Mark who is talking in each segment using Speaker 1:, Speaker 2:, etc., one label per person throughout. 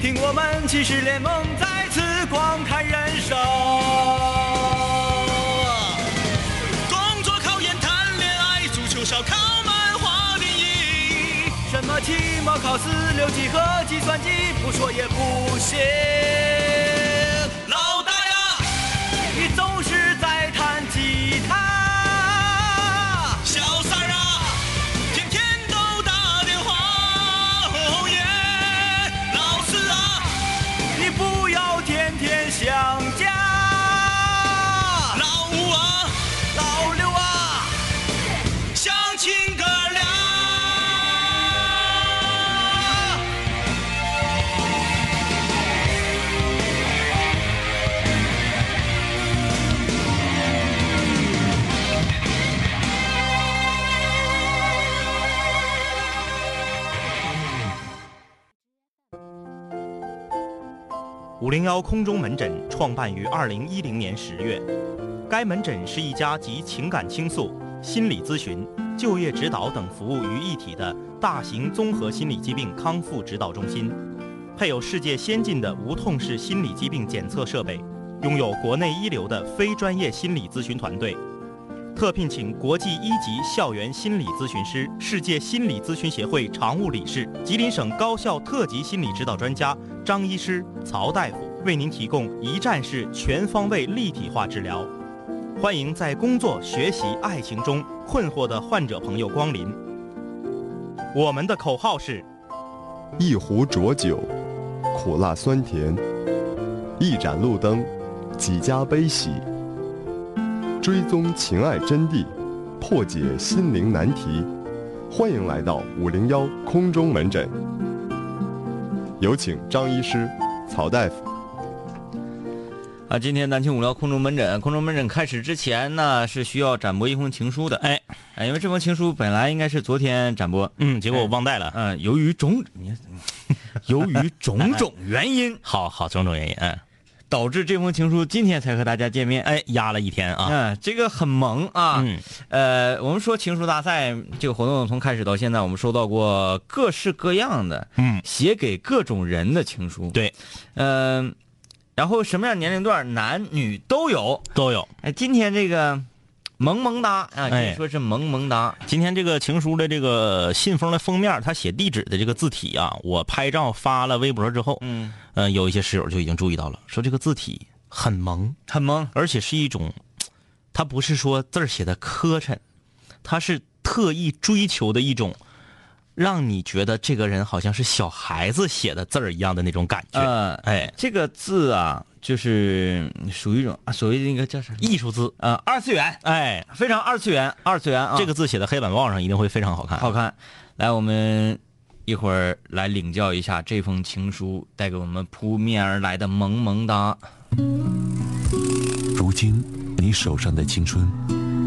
Speaker 1: 听我们骑士联盟再次光看人生。
Speaker 2: 工作、考研、谈恋爱，足球、烧烤、漫画、电影，
Speaker 1: 什么期末考试、六级和计算机，不说也不行。
Speaker 2: 老大呀，
Speaker 1: 你总是在弹吉他，
Speaker 2: 小三儿啊，天天都打电话，哦耶！老四啊，
Speaker 1: 你不要天天想家。
Speaker 2: 老五啊，
Speaker 1: 老六啊，
Speaker 2: 相亲哥俩。
Speaker 3: 五零幺空中门诊创办于二零一零年十月，该门诊是一家集情感倾诉、心理咨询、就业指导等服务于一体的大型综合心理疾病康复指导中心，配有世界先进的无痛式心理疾病检测设备，拥有国内一流的非专业心理咨询团队，特聘请国际一级校园心理咨询师、世界心理咨询协会常务理事、吉林省高校特级心理指导专家张医师、曹大夫，为您提供一站式全方位立体化治疗。欢迎在工作、学习、爱情中困惑的患者朋友光临。我们的口号是：
Speaker 4: 一壶浊酒，苦辣酸甜；一盏路灯，几家悲喜。追踪情爱真谛，破解心灵难题。欢迎来到五零幺空中门诊，有请张医师、曹大夫。
Speaker 5: 啊，今天南青五聊空中门诊，空中门诊开始之前呢，是需要展播一封情书的。
Speaker 3: 哎，
Speaker 5: 哎，因为这封情书本来应该是昨天展播，
Speaker 3: 嗯，结果我忘带了。
Speaker 5: 嗯、由于种，你由于种种原 因，
Speaker 3: 好好，种种原因，嗯，
Speaker 5: 导致这封情书今天才和大家见面。哎，
Speaker 3: 哎，压了一天啊，
Speaker 5: 嗯，这个很萌啊。
Speaker 3: 嗯，
Speaker 5: 呃，我们说情书大赛这个活动从开始到现在，我们收到过各式各样的，
Speaker 3: 嗯，
Speaker 5: 写给各种人的情书。，
Speaker 3: 对，
Speaker 5: 嗯、然后什么样年龄段，男女都有。
Speaker 3: 都有。
Speaker 5: 哎，今天这个萌萌哒啊，可
Speaker 3: 哎
Speaker 5: 以说是萌萌哒。
Speaker 3: 今天这个情书的这个信封的封面，它写地址的这个字体啊，我拍照发了微博之后，
Speaker 5: 嗯，
Speaker 3: 嗯，有一些室友就已经注意到了，说这个字体很萌，
Speaker 5: 很萌。
Speaker 3: 而且是一种，它不是说字儿写的磕碜，它是特意追求的一种，让你觉得这个人好像是小孩子写的字儿一样的那种感觉。
Speaker 5: 呃，
Speaker 3: 哎，
Speaker 5: 这个字啊，就是属于一种啊，所谓那个叫啥？
Speaker 3: 艺术字，
Speaker 5: 呃，二次元，
Speaker 3: 哎，
Speaker 5: 非常二次元，二次元啊，
Speaker 3: 这个字写在黑板报上一定会非常好看。
Speaker 5: 好看。来，我们一会儿来领教一下这封情书带给我们扑面而来的萌萌哒。
Speaker 6: 如今你手上的青春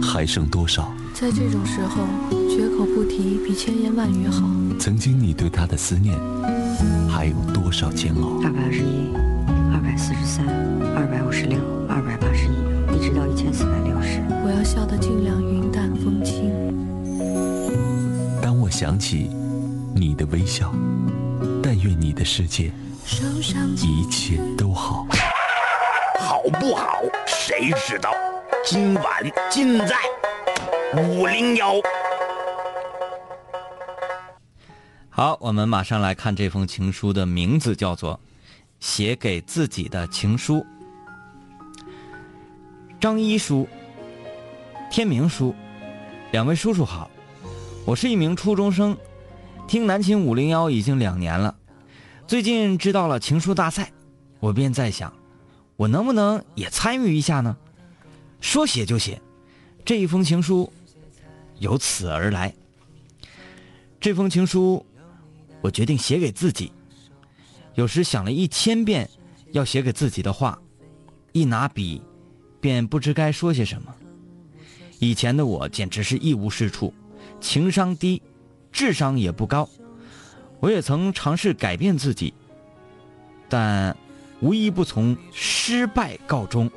Speaker 6: 还剩多少？
Speaker 7: 在这种时候，绝口不提比千言万语好。
Speaker 6: 曾经你对他的思念还有多少煎熬？
Speaker 8: 二百二十一，二百四十三，二百五十六，二百八十一，一直到一千四百六十。
Speaker 7: 我要笑得尽量云淡风轻。
Speaker 6: 当我想起你的微笑，但愿你的世界
Speaker 7: 手上
Speaker 6: 一切都好。
Speaker 9: 好不好？谁知道？今晚尽在五零幺。
Speaker 5: 好，我们马上来看这封情书的名字叫做《写给自己的情书》。张一叔，天明叔，两位叔叔好，我是一名初中生，听南秦五零幺已经两年了，最近知道了情书大赛，我便在想，我能不能也参与一下呢？说写就写，这一封情书由此而来。这封情书，我决定写给自己。有时想了一千遍要写给自己的话，一拿笔，便不知该说些什么。以前的我简直是一无是处，情商低，智商也不高。我也曾尝试改变自己，但无一不从失败告终。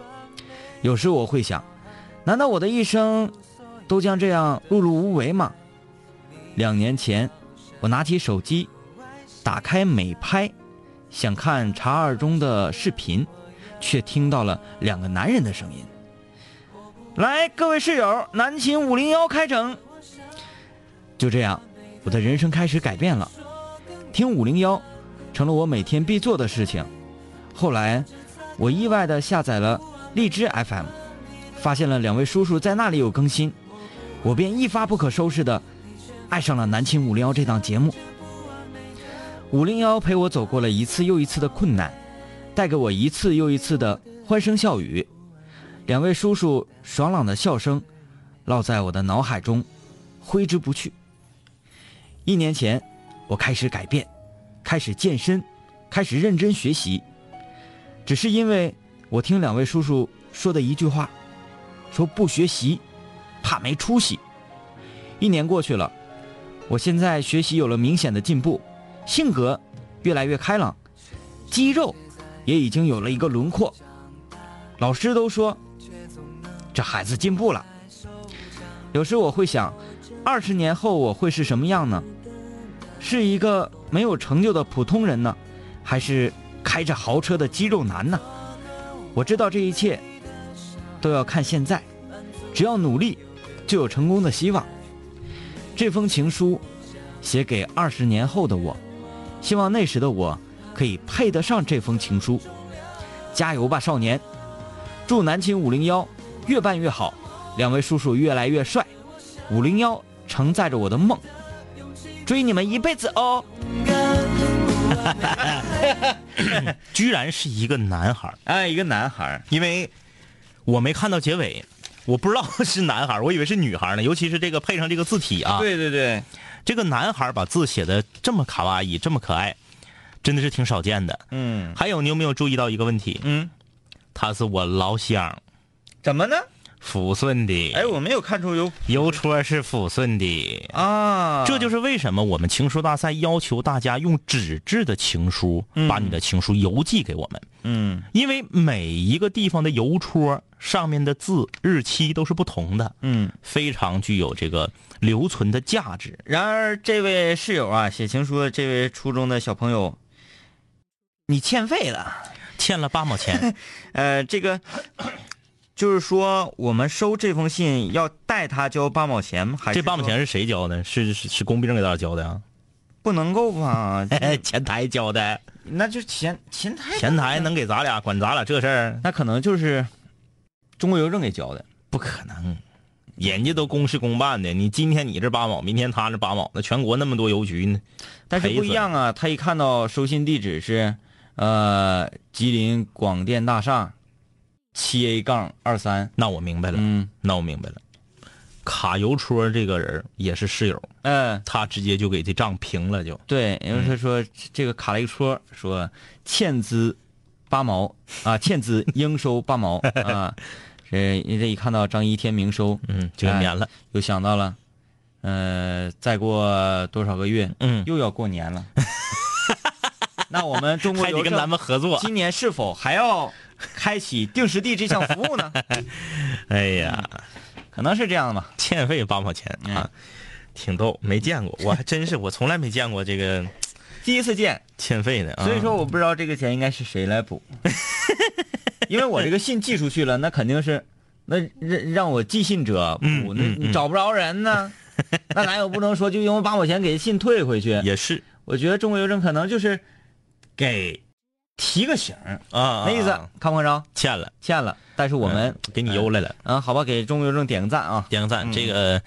Speaker 5: 有时我会想，难道我的一生都将这样碌碌无为吗？两年前，我拿起手机，打开美拍，想看茶二中的视频，却听到了两个男人的声音。来，各位室友，南秦五零幺开整。就这样，我的人生开始改变了，听五零幺成了我每天必做的事情。后来，我意外的下载了荔枝 FM，发现了两位叔叔在那里有更新，我便一发不可收拾的爱上了南秦五零幺这档节目。五零幺陪我走过了一次又一次的困难，带给我一次又一次的欢声笑语。两位叔叔爽朗的笑声，烙在我的脑海中，挥之不去。一年前，我开始改变，开始健身，开始认真学习，只是因为我听两位叔叔说的一句话，说不学习，怕没出息。一年过去了，我现在学习有了明显的进步，性格越来越开朗，肌肉也已经有了一个轮廓。老师都说这孩子进步了。有时我会想，二十年后我会是什么样呢？是一个没有成就的普通人呢，还是开着豪车的肌肉男呢？我知道这一切都要看现在，只要努力，就有成功的希望。这封情书写给二十年后的我，希望那时的我可以配得上这封情书。加油吧，少年！祝南秦五零幺越办越好，两位叔叔越来越帅，五零幺承载着我的梦，追你们一辈子哦！
Speaker 3: 居然是一个男孩儿，
Speaker 5: 哎，一个男孩儿，
Speaker 3: 因为我没看到结尾，我不知道是男孩儿，我以为是女孩儿呢。尤其是这个配上这个字体啊，
Speaker 5: 对对，
Speaker 3: 这个男孩儿把字写的这么卡哇伊，这么可爱，真的是挺少见的。
Speaker 5: 嗯
Speaker 3: 还有，你有没有注意到一个问题？
Speaker 5: 嗯，
Speaker 3: 他是我老乡，
Speaker 5: 怎么呢？
Speaker 3: 抚顺的。
Speaker 5: 我没有看出有
Speaker 3: 邮戳是抚顺的。
Speaker 5: 哎啊
Speaker 3: 这就是为什么我们情书大赛要求大家用纸质的情书，把你的情书邮寄给我们，
Speaker 5: 嗯
Speaker 3: 因为每一个地方的邮戳上面的字、日期都是不同的，
Speaker 5: 嗯。
Speaker 3: 非常具有这个留存的价值。
Speaker 5: 然而，这位室友啊，写情书的这位初中的小朋友，你欠费了。
Speaker 3: 欠了八毛 钱，
Speaker 5: 呃，这个就是说，我们收这封信要代他交八毛钱吗？还是
Speaker 3: 这八毛
Speaker 5: 说
Speaker 3: 钱是谁交的？是是是工兵给大家交的呀、
Speaker 5: 不能够 吧？
Speaker 3: 前台交的，
Speaker 5: 那就前前台
Speaker 3: 前台能给咱俩管咱俩这事儿？
Speaker 5: 那可能就是中国邮政给交的。
Speaker 3: 不可能，人家都公事公办的，你今天你这八毛，明天他这八毛，那全国那么多邮局呢？
Speaker 5: 但是
Speaker 3: 赔
Speaker 5: 不一
Speaker 3: 死
Speaker 5: 样啊，他一看到收信地址是呃吉林广电大厦七 A 杠二三，
Speaker 3: 那我明白了，
Speaker 5: 嗯
Speaker 3: 那我明白了。卡邮戳这个人也是室友，
Speaker 5: 嗯、
Speaker 3: 他直接就给这账平了就。
Speaker 5: 对，因为
Speaker 3: 嗯
Speaker 5: 他说这个卡了一戳，说欠资八毛啊，欠资应收 八毛啊。这这一看到张一天明收，
Speaker 3: 嗯，就给免了。
Speaker 5: 又想到了，呃，再过多少个月，
Speaker 3: 嗯
Speaker 5: 又要过年了。 那我们中国
Speaker 3: 嗯 还得
Speaker 5: 邮
Speaker 3: 跟啊
Speaker 5: 政
Speaker 3: 咱们合作。
Speaker 5: 今年是否还要开启定时地这项 服务呢？
Speaker 3: 哎呀，
Speaker 5: 可能是这样的吧。
Speaker 3: 欠费八毛钱啊，
Speaker 5: 嗯
Speaker 3: 挺逗，没见过，我还真是我从来没见过这个
Speaker 5: 第一次见，
Speaker 3: 欠费的啊。
Speaker 5: 所以说我不知道这个钱应该是谁 来补，因为我这个信寄出去了，那肯定是那让让我寄信者补，
Speaker 3: 嗯嗯
Speaker 5: 那
Speaker 3: 嗯
Speaker 5: 找不着 人呢，那咱也不能说就因为八毛钱给信退回去。
Speaker 3: 也是
Speaker 5: 我觉得中国邮政可能就是给提个醒儿，
Speaker 3: 啊，
Speaker 5: 那意思
Speaker 3: 啊
Speaker 5: 看不看着
Speaker 3: 欠了，
Speaker 5: 欠了，但是我们
Speaker 3: 嗯给你邮来了。
Speaker 5: 啊，好吧，给中国邮政点个赞啊，
Speaker 3: 点个赞。这个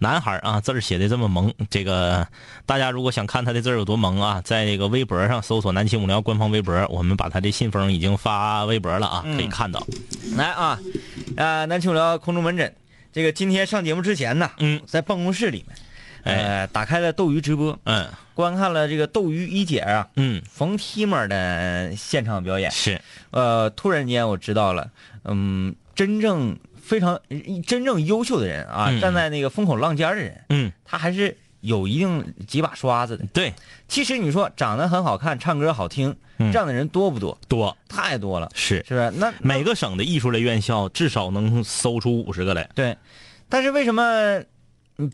Speaker 3: 男孩啊，字儿写的这么萌，这个大家如果想看他的字儿有多萌啊，在这个微博上搜索“南秦五聊”官方微博，我们把他的信封已经发微博了啊，
Speaker 5: 嗯
Speaker 3: 可以看到。
Speaker 5: 来啊，呃，南青聊空中门诊，这个今天上节目之前呢，
Speaker 3: 嗯哎
Speaker 5: 在办公室里面，呃，打开了斗鱼直播，
Speaker 3: 嗯
Speaker 5: 观看了这个斗鱼一姐啊，
Speaker 3: 嗯，
Speaker 5: 冯 Timmer 的现场表演。
Speaker 3: 是
Speaker 5: 呃，突然间我知道了，嗯，真正非常真正优秀的人啊，
Speaker 3: 嗯
Speaker 5: 站在那个风口浪尖儿的人，
Speaker 3: 嗯，
Speaker 5: 他还是有一定几把刷子的。
Speaker 3: 对，
Speaker 5: 其实你说长得很好看，唱歌好听，
Speaker 3: 嗯
Speaker 5: 这样的人多不多？
Speaker 3: 多
Speaker 5: 太多了，
Speaker 3: 是
Speaker 5: 是不是？那
Speaker 3: 每个省的艺术类院校至少能搜出五十个来。
Speaker 5: 对，但是为什么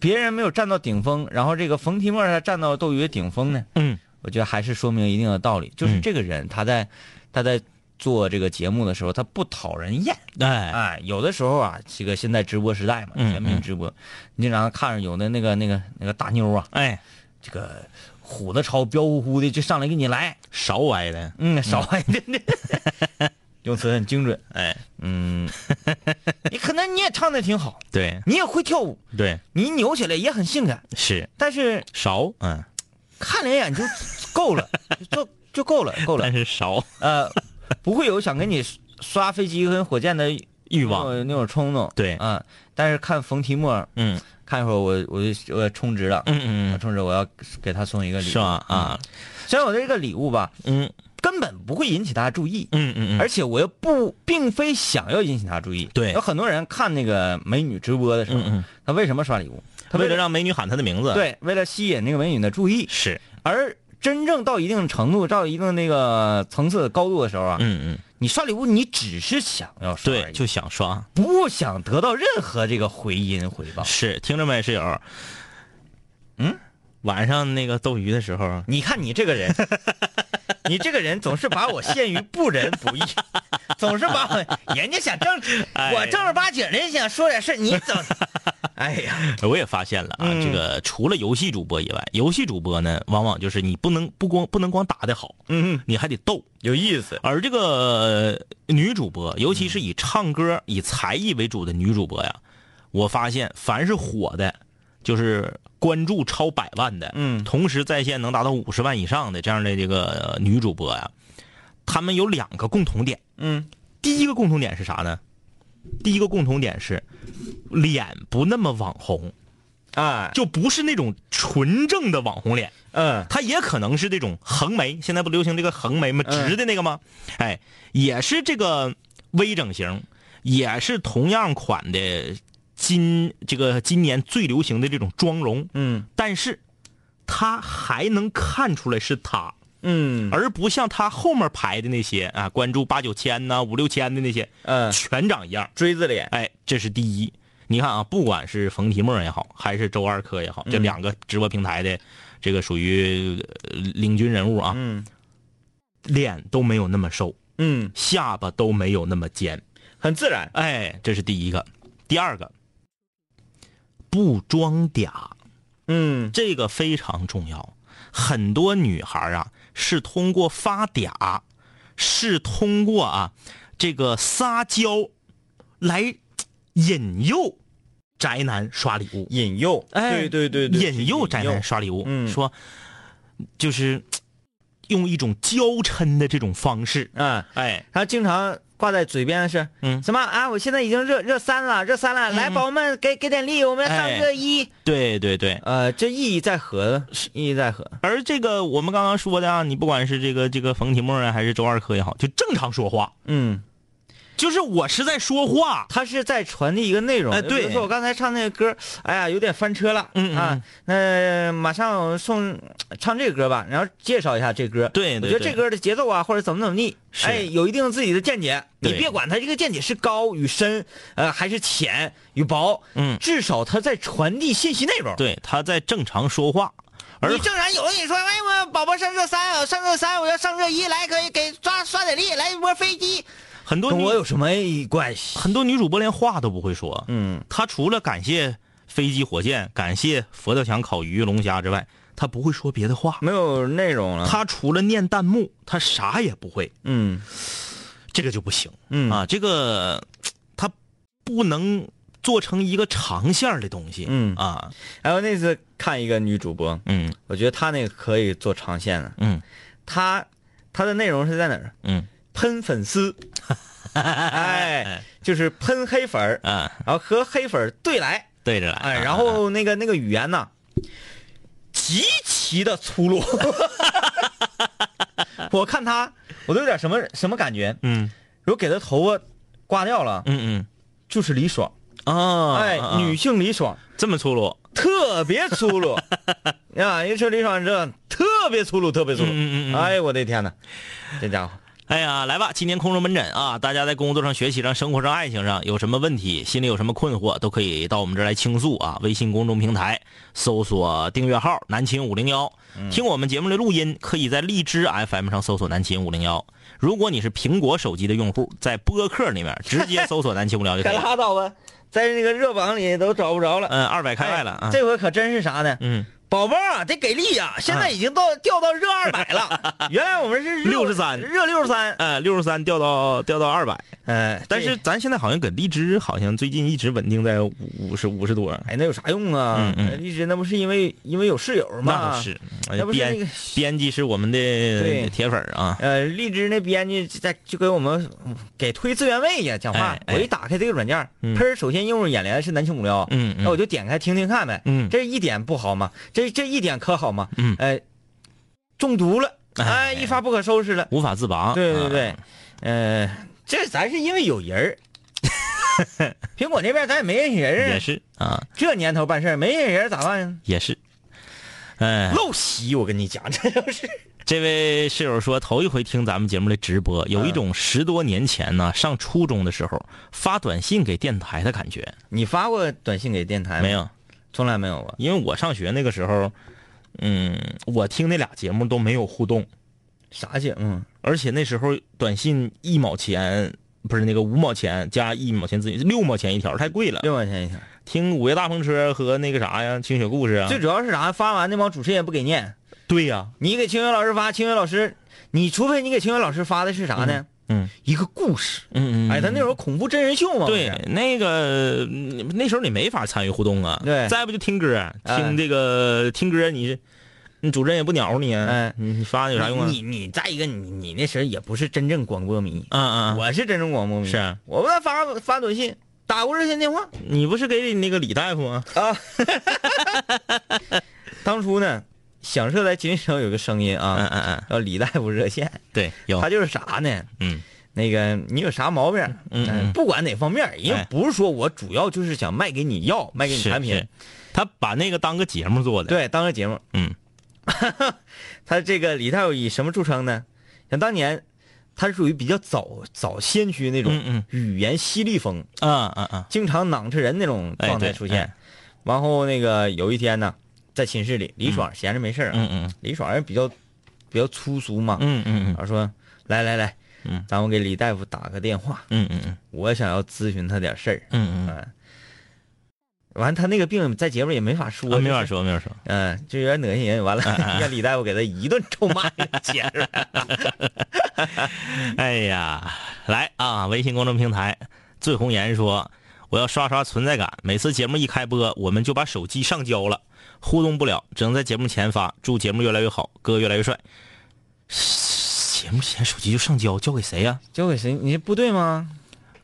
Speaker 5: 别人没有站到顶峰，然后这个冯提莫他站到斗鱼的顶峰呢？
Speaker 3: 嗯，
Speaker 5: 我觉得还是说明一定的道理，就是
Speaker 3: 嗯
Speaker 5: 这个人他在、他在做这个节目的时候，他不讨人厌。
Speaker 3: 哎，
Speaker 5: 哎，有的时候啊，这个现在直播时代嘛，
Speaker 3: 嗯
Speaker 5: 全民直播，你经常看着有的那个那个那个大妞啊，
Speaker 3: 哎，
Speaker 5: 这个虎子朝彪呼呼的就上来给你来，
Speaker 3: 勺歪的，
Speaker 5: 嗯， 少爱的， 用词很精准，
Speaker 3: 哎，
Speaker 5: 嗯，你可能你也唱的挺好，
Speaker 3: 对
Speaker 5: 你也会跳舞，
Speaker 3: 对，
Speaker 5: 你扭起来也很性感，
Speaker 3: 是
Speaker 5: 但是
Speaker 3: 勺，嗯，
Speaker 5: 看两眼就够了， 就就够了，够了
Speaker 3: 但，是勺
Speaker 5: 呃，不会有想跟你刷飞机跟火箭的
Speaker 3: 欲
Speaker 5: 欲
Speaker 3: 望，
Speaker 5: 那种冲动，
Speaker 3: 对
Speaker 5: 嗯，但是看冯提莫，
Speaker 3: 嗯
Speaker 5: 看一会儿我我就我充值了，
Speaker 3: 嗯
Speaker 5: 我充值我要给他送一个礼 物，
Speaker 3: 是吧？啊，
Speaker 5: 虽然我的这个礼物吧，
Speaker 3: 嗯
Speaker 5: 根本不会引起他注意，
Speaker 3: 嗯嗯嗯，
Speaker 5: 而且我又不并非想要引起他注意。
Speaker 3: 对
Speaker 5: 有很多人看那个美女直播的时候，
Speaker 3: 嗯嗯
Speaker 5: 他为什么刷礼物？他
Speaker 3: 他为了让美女喊他的名字，，
Speaker 5: 对，为了吸引那个美女的注意。
Speaker 3: 是，
Speaker 5: 而真正到一定程度、到一定那个层次高度的时候啊，
Speaker 3: 嗯嗯，
Speaker 5: 你刷礼物，你只是想要刷而已，
Speaker 3: 对，就想啊刷，
Speaker 5: 不想得到任何这个回音回报。
Speaker 3: 是，听着没，室友？嗯，晚上那个斗鱼的时候，
Speaker 5: 你看你这个人，你这个人总是把我陷于不仁 不义，总是把我人家想正，
Speaker 3: 哎
Speaker 5: 我正儿八经的想说点事儿你 怎么？哎呀，
Speaker 3: 我也发现了啊，这个除了游戏主播以外，游戏主播呢，往往就是你不能不光不能光打得好，
Speaker 5: 嗯，
Speaker 3: 你还得逗。
Speaker 5: 有意思，
Speaker 3: 而这个、呃女主播，尤其是以唱
Speaker 5: 嗯
Speaker 3: 歌、以才艺为主的女主播呀，我发现凡是火的，就是关注超百万的，
Speaker 5: 嗯
Speaker 3: 同时在线能达到五十万以上的这样的这个、呃女主播呀，她们有两个共同点，
Speaker 5: 嗯，
Speaker 3: 第一个共同点是啥呢？第一个共同点是脸不那么网红，
Speaker 5: 哎，
Speaker 3: 就不是那种纯正的网红脸，
Speaker 5: 嗯，
Speaker 3: 它也可能是这种横眉，现在不流行这个横眉吗？
Speaker 5: 嗯
Speaker 3: 直的那个吗？哎，也是这个微整形，也是同样款的今这个今年最流行的这种妆容，
Speaker 5: 嗯，
Speaker 3: 但是他还能看出来是他，
Speaker 5: 嗯，
Speaker 3: 而不像他后面排的那些啊，关注八九千呐、五六千的那些，
Speaker 5: 嗯
Speaker 3: 全长一样。
Speaker 5: 锥子脸，
Speaker 3: 哎，这是第一。你看啊，不管是冯提莫也好，还是周二珂也好，这两个直播平台的这个属于呃领军人物啊，
Speaker 5: 嗯
Speaker 3: 脸都没有那么瘦，
Speaker 5: 嗯，
Speaker 3: 下巴都没有那么尖。
Speaker 5: 很自然，
Speaker 3: 哎，这是第一个。第二个，不装嗲，
Speaker 5: 嗯
Speaker 3: 这个非常重要。很多女孩啊，是通过发嗲，是通过啊这个撒娇来引诱宅男刷礼物。
Speaker 5: 引诱，
Speaker 3: 哎，
Speaker 5: 对对对对，
Speaker 3: 引诱宅男刷礼物，
Speaker 5: 嗯
Speaker 3: 说就是用一种娇嗔的这种方式，
Speaker 5: 嗯，
Speaker 3: 哎，
Speaker 5: 他经常挂在嘴边的是，
Speaker 3: 嗯
Speaker 5: 什么啊？我现在已经热热三了，热三了，来，宝宝们给给点力，我们上
Speaker 3: 哎
Speaker 5: 热一。
Speaker 3: 对对对。
Speaker 5: 呃，这意义在何？意义在何？
Speaker 3: 而这个我们刚刚说的啊，你不管是这个这个冯提莫啊，还是周二珂也好，就正常说话，
Speaker 5: 嗯，
Speaker 3: 就是我是在说话，
Speaker 5: 他是在传递一个内容。呃
Speaker 3: 哎
Speaker 5: 比
Speaker 3: 对
Speaker 5: 如说我刚才唱那个歌，哎呀，有点翻车了。
Speaker 3: 嗯嗯
Speaker 5: 啊，那马上我送唱这个歌吧，然后介绍一下这歌。
Speaker 3: 对对
Speaker 5: 我觉得
Speaker 3: 对
Speaker 5: 这歌的节奏啊，或者怎么怎么地，
Speaker 3: 是
Speaker 5: 哎，有一定自己的见解。你
Speaker 3: 对
Speaker 5: 别管他这个见解是高与深，呃，还是浅与薄，
Speaker 3: 嗯
Speaker 5: 至少他在传递信息内容。
Speaker 3: 对，他在正常说话，而
Speaker 5: 你正常有你说，哎我宝宝上热三，我上热三，我要上热一，来可以给抓刷点力，来一波飞机，
Speaker 3: 很多
Speaker 5: 跟
Speaker 3: 女
Speaker 5: 我有什么关系？
Speaker 3: 很多女主播连话都不会说，
Speaker 5: 嗯，
Speaker 3: 她除了感谢飞机、火箭，感谢佛跳墙、烤鱼、龙虾之外，她不会说别的话，
Speaker 5: 没有内容了。
Speaker 3: 她除了念弹幕，她啥也不会，
Speaker 5: 嗯
Speaker 3: 这个就不行
Speaker 5: 嗯
Speaker 3: 啊，这个她不能做成一个长线儿的东西，
Speaker 5: 嗯
Speaker 3: 啊，
Speaker 5: 还有那次看一个女主播，
Speaker 3: 嗯
Speaker 5: 我觉得她那个可以做长线的。
Speaker 3: 嗯
Speaker 5: 她她的内容是在哪儿？
Speaker 3: 嗯
Speaker 5: 喷粉 丝，哎，就是喷黑粉儿，
Speaker 3: 啊，
Speaker 5: 然后和黑粉儿对来，
Speaker 3: 对着来，
Speaker 5: 哎，
Speaker 3: 啊
Speaker 5: 然后那个那个语言呢，极其的粗鲁。 我看他，我都有点什么什么感觉。
Speaker 3: 嗯
Speaker 5: 如果给他头发刮掉了，
Speaker 3: 嗯
Speaker 5: 就是李爽，
Speaker 3: 嗯啊，
Speaker 5: 哎，
Speaker 3: 啊啊
Speaker 5: 女性李爽，
Speaker 3: 这么粗鲁，
Speaker 5: 特别 粗鲁啊！一说李爽这特别粗鲁，特别粗鲁。
Speaker 3: 嗯嗯嗯嗯
Speaker 5: 哎，我的天哪，这家伙
Speaker 3: 哎呀，来吧，今年空中门诊啊，大家在工作上、学习上、生活上、爱情上有什么问题，心里有什么困惑，都可以到我们这儿来倾诉啊。微信公众平台搜索订阅号“南秦五零幺”，
Speaker 5: 嗯
Speaker 3: 听我们节目的录音，可以在荔枝 FM 上搜索“南秦五零幺”。如果你是苹果手机的用户，在播客里面直接搜索“南秦五零幺”就
Speaker 5: 可
Speaker 3: 可以 了。
Speaker 5: 拉倒吧，在那个热榜里都找不着了。哎
Speaker 3: 嗯，二百开外了啊。
Speaker 5: 这回可真是啥呢？
Speaker 3: 嗯，
Speaker 5: 宝宝啊，得给力呀、现在已经到、掉到热二百 了，原来我们是热
Speaker 3: 63
Speaker 5: 热六十三。
Speaker 3: 呃，六十三掉到掉到二百，
Speaker 5: 嗯，
Speaker 3: 但是咱现在好像搁荔枝，好像最近一直稳定在五十五十多。
Speaker 5: 哎，那有啥用啊
Speaker 3: 嗯嗯？
Speaker 5: 荔枝那不是因为因为有室友
Speaker 3: 那
Speaker 5: 吗？
Speaker 3: 倒是，哎
Speaker 5: 要不是那
Speaker 3: 编
Speaker 5: 个
Speaker 3: 编辑是我们的
Speaker 5: 对
Speaker 3: 铁粉儿啊。
Speaker 5: 呃，荔枝那编辑在就给我们给推资源位呀，讲话
Speaker 3: 哎。哎
Speaker 5: 我一打开这个软件儿，
Speaker 3: 嗯
Speaker 5: 喷儿首先映入眼帘是南青五幺，
Speaker 3: 嗯嗯
Speaker 5: 那我就点开听听看呗。
Speaker 3: 嗯
Speaker 5: 这一点不好吗？这这一点可好吗？
Speaker 3: 嗯
Speaker 5: 哎，中毒了，
Speaker 3: 哎
Speaker 5: 哎，一发不可收拾了。
Speaker 3: 无法自拔。
Speaker 5: 对对
Speaker 3: 啊，嗯
Speaker 5: 对，呃，这咱是因为有人儿。 苹果那边咱也没认识人
Speaker 3: 也
Speaker 5: 啊，
Speaker 3: 是啊，
Speaker 5: 这年头办事儿没认识人咋办呀？
Speaker 3: 也是。哎，
Speaker 5: 陋习，我跟你讲， 这都是
Speaker 3: 这位室友说，头一回听咱们节目的直播，有一
Speaker 5: 嗯
Speaker 3: 种十多年前呢，上初中的时候发短信给电台的感觉。
Speaker 5: 你发过短信给电台吗
Speaker 3: 没？有，
Speaker 5: 从来没有过。
Speaker 3: 因为我上学那个时候，嗯，我听那俩节目都没有互动，
Speaker 5: 啥嗯节目？
Speaker 3: 而且那时候短信一毛钱。不是那个五毛钱加一毛钱自己六毛钱一条太贵了，
Speaker 5: 六块钱一条。
Speaker 3: 听《午夜大风车》和那个啥呀，《清雪故事》啊。
Speaker 5: 最主要是啥？发完那帮主持人也不给念。
Speaker 3: 对呀、
Speaker 5: 你给清源老师发，清源老师，你除非你给清源老师发的是啥呢？
Speaker 3: 嗯嗯
Speaker 5: 一个故事。
Speaker 3: 嗯嗯嗯
Speaker 5: 哎，他那时候恐怖真人秀嘛。
Speaker 3: 对
Speaker 5: 不是，
Speaker 3: 那个嗯那时候你没法参与互动啊。
Speaker 5: 对
Speaker 3: 再不就听歌，
Speaker 5: 哎
Speaker 3: 听这个、听歌你，是你主任也不鸟你，
Speaker 5: 哎
Speaker 3: 你你发有啥用啊？
Speaker 5: 你你再一个，你你那时候也不是真正广播迷，
Speaker 3: 嗯嗯，
Speaker 5: 我是真正广播迷。
Speaker 3: 是啊
Speaker 5: 我不但发发短信，打过热线电话。
Speaker 3: 你不是给那个李大夫啊吗？
Speaker 5: 当初呢，响彻在琴声有个声音
Speaker 3: 嗯
Speaker 5: 啊，
Speaker 3: 嗯嗯，
Speaker 5: 叫李大夫热线，
Speaker 3: 对，有
Speaker 5: 他，就是啥呢？
Speaker 3: 嗯
Speaker 5: 那个你有啥毛病？
Speaker 3: 嗯嗯
Speaker 5: 哎不管哪方面，因为
Speaker 3: 哎
Speaker 5: 不是说我主要就是想卖给你药，卖给你
Speaker 3: 是
Speaker 5: 产品，
Speaker 3: 是他把那个当个节目做的。，
Speaker 5: 对，当个节目，
Speaker 3: 嗯，
Speaker 5: 他这个李大夫以什么著称呢？想当年，他是属于比较早早先驱那种
Speaker 3: 嗯嗯
Speaker 5: 语言犀利风，
Speaker 3: 嗯嗯嗯，
Speaker 5: 经常囊吃人那种
Speaker 3: 哎
Speaker 5: 状态
Speaker 3: 对
Speaker 5: 出现。
Speaker 3: 哎
Speaker 5: 然后那个有一天呢，在寝室里，李爽闲着没事儿啊，
Speaker 3: 嗯嗯
Speaker 5: 李爽人比较比较粗俗嘛，
Speaker 3: 嗯嗯嗯
Speaker 5: 他说：“来来来，
Speaker 3: 嗯
Speaker 5: 咱们给李大夫打个电话，
Speaker 3: 嗯嗯嗯
Speaker 5: 我想要咨询他点事儿。”
Speaker 3: 嗯嗯
Speaker 5: 嗯，完他那个病在节目里也没法说，
Speaker 3: 嗯，啊没
Speaker 5: 就
Speaker 3: 法
Speaker 5: 是
Speaker 3: 说啊没法说，
Speaker 5: 嗯，就有点恶心人。完了， 让李大夫给他一顿臭骂， 接着。
Speaker 3: 哎呀，来啊！微信公众平台，醉红颜说：“我要刷刷存在感，每次节目一开播，我们就把手机上交了，互动不了，只能在节目前发。祝节目越来越好，哥越来越帅。”节目前手机就上交，交给谁呀、
Speaker 5: 交给谁？你是部队吗？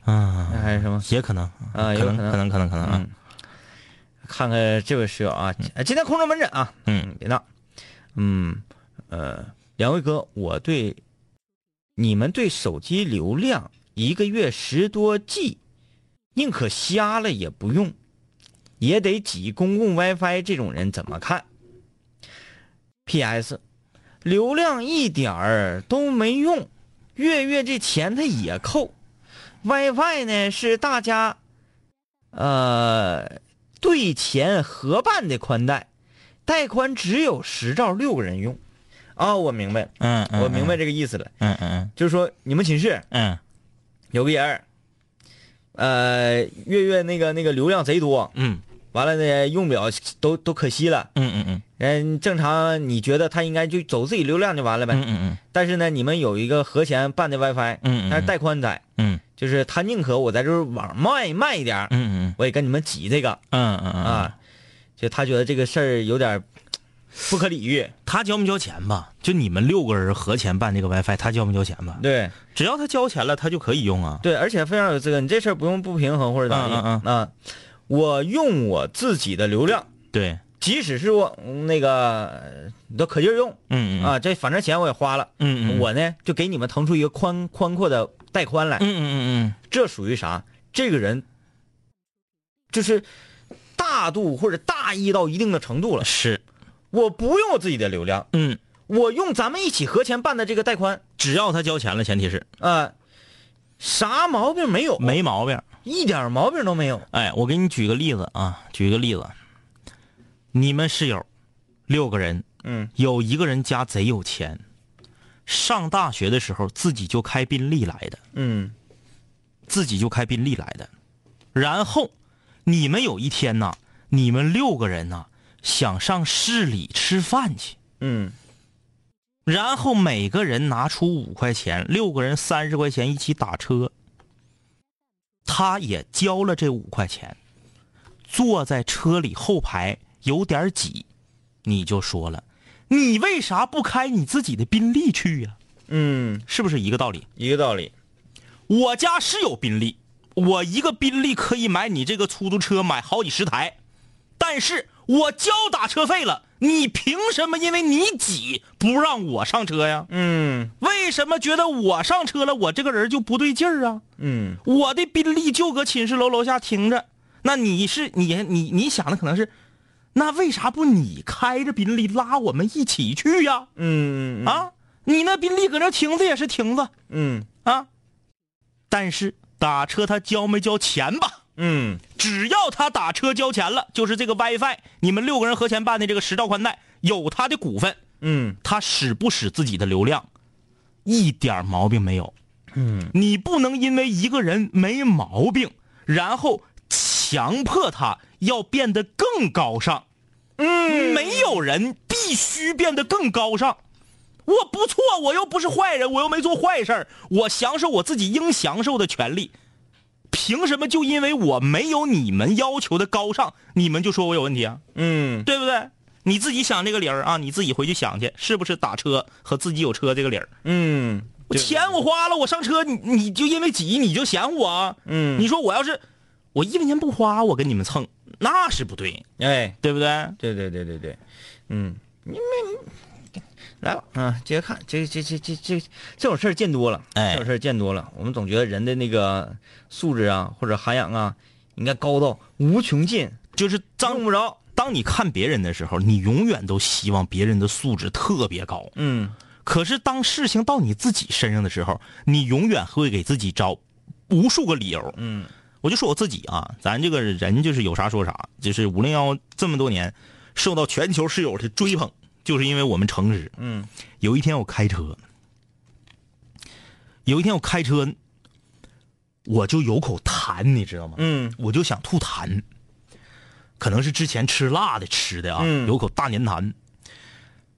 Speaker 3: 啊？
Speaker 5: 那还是什么？
Speaker 3: 也可能可
Speaker 5: 啊有
Speaker 3: 能
Speaker 5: 可能
Speaker 3: 可能可能可能啊
Speaker 5: 嗯！，看看这位室友啊，哎今天空中门诊啊，
Speaker 3: 嗯，
Speaker 5: 别闹，嗯，呃，两位哥，我对你们对手机流量一个月十多 G，宁可瞎了也不用，也得挤公共 WiFi 这种人怎么看？P.S. 流量一点儿都没用，月月这钱他也扣，WiFi 呢是大家呃，对钱合办的宽带，带宽只有十兆六个人用。啊、我明白，
Speaker 3: 嗯，嗯
Speaker 5: 我明白，这个意思了，
Speaker 3: 嗯嗯
Speaker 5: 就是说你们寝室
Speaker 3: 嗯
Speaker 5: 有个人儿，呃，月月那个那个流量贼多，
Speaker 3: 嗯
Speaker 5: 完了呢用不了，都都可惜了。
Speaker 3: 嗯嗯嗯
Speaker 5: 嗯，正常你觉得他应该就走自己流量就完了呗。
Speaker 3: 嗯嗯
Speaker 5: 但是呢，你们有一个和钱办的 WiFi，
Speaker 3: 嗯嗯
Speaker 5: 它是带宽带，
Speaker 3: 嗯
Speaker 5: 就是他宁可我在这儿网卖卖一点儿，
Speaker 3: 嗯嗯
Speaker 5: 我也跟你们挤这个。
Speaker 3: 嗯嗯
Speaker 5: 啊，就他觉得这个事儿有点儿不可理喻。
Speaker 3: 他交没交钱吧？就你们六个人合钱办这个 WiFi，他交没交钱吧？
Speaker 5: 对
Speaker 3: 只要他交钱了，他就可以用啊。
Speaker 5: 对，而且非常有这个，你这事儿不用不平衡或者咋地
Speaker 3: 嗯嗯
Speaker 5: 啊。我用我自己的流量，
Speaker 3: 对，
Speaker 5: 即使是我嗯那个呃都可劲儿用
Speaker 3: 嗯嗯
Speaker 5: 啊，这反正钱我也花了，
Speaker 3: 嗯嗯，
Speaker 5: 我呢就给你们腾出一个宽宽阔的带宽来，
Speaker 3: 嗯嗯嗯
Speaker 5: 这属于啥？这个人就是大度或者大意到一定的程度
Speaker 3: 嗯，
Speaker 5: 了。
Speaker 3: 是，
Speaker 5: 我不用我自己的流量，
Speaker 3: 嗯
Speaker 5: 我用咱们一起合钱办的这个贷款，
Speaker 3: 只要他交钱了，前提是
Speaker 5: 呃，啥毛病没有，
Speaker 3: 没毛病。
Speaker 5: 一点毛病都没有。
Speaker 3: 哎，我给你举个例子啊，举个例子，你们室友六个人，
Speaker 5: 嗯，
Speaker 3: 有一个人家贼有钱，上大学的时候自己就开宾利来的，
Speaker 5: 嗯，
Speaker 3: 自己就开宾利来的。然后你们有一天呐、你们六个人呐、想上市里吃饭去，
Speaker 5: 嗯，
Speaker 3: 然后每个人拿出五块钱，六个人三十块钱一起打车。他也交了这五块钱，坐在车里后排有点挤，你就说了，你为啥不开你自己的宾利去呀、
Speaker 5: 嗯，
Speaker 3: 是不是一个道理？
Speaker 5: 一个道理。
Speaker 3: 我家是有宾利，我一个宾利可以买你这个出租车买好几十台，但是我交打车费了，你凭什么因为你挤不让我上车呀？
Speaker 5: 嗯
Speaker 3: 为什么觉得我上车了，我这个人就不对劲儿啊？
Speaker 5: 嗯
Speaker 3: 我的宾利就搁寝室楼楼下停着，那你是你你你想的可能是，那为啥不你开着宾利拉我们一起去呀？
Speaker 5: 嗯啊
Speaker 3: 啊，你那宾利搁那停着也是停着
Speaker 5: 嗯
Speaker 3: 啊，但是打车他交没交钱吧？
Speaker 5: 嗯
Speaker 3: 只要他打车交钱了，就是这个 WiFi，你们六个人合钱办的这个十兆宽带有他的股份，
Speaker 5: 嗯
Speaker 3: 他使不使自己的流量，一点毛病没有。嗯，你不能因为一个人没毛病，然后强迫他要变得更高尚。嗯，没有人必须变得更高尚。我不错，我又不是坏人，我又没做坏事儿，我享受我自己应享受的权利。凭什么就因为我没有你们要求的高尚，你们就说我有问题啊？
Speaker 5: 嗯
Speaker 3: 对不对？你自己想这个理儿啊，你自己回去想去，是不是打车和自己有车这个理儿？
Speaker 5: 嗯
Speaker 3: 我钱我花了，我上车你你就因为挤你就嫌我啊？
Speaker 5: 嗯
Speaker 3: 你说我要是我一分钱不花，我跟你们蹭，那是不对，
Speaker 5: 哎，
Speaker 3: 对不对？
Speaker 5: 对对对对对，嗯，你们来吧，嗯，接着看，这这这这这这种事儿见多了，
Speaker 3: 哎
Speaker 5: 这种事儿见多了，我们总觉得人的那个素质啊或者涵养啊，应该高到无穷尽，
Speaker 3: 就是
Speaker 5: 用
Speaker 3: 当
Speaker 5: 不着，
Speaker 3: 当你看别人的时候，你永远都希望别人的素质特别高，
Speaker 5: 嗯
Speaker 3: 可是当事情到你自己身上的时候，你永远会给自己找无数个理由。
Speaker 5: 嗯，
Speaker 3: 我就说我自己啊，咱这个人就是有啥说啥，就是五零幺这么多年受到全球室友的追捧，就是因为我们诚实。
Speaker 5: 嗯
Speaker 3: 有一天我开车，有一天我开车，我就有口痰，你知道吗？
Speaker 5: 嗯
Speaker 3: 我就想吐痰，可能是之前吃辣的吃的啊，
Speaker 5: 嗯
Speaker 3: 有口大粘痰。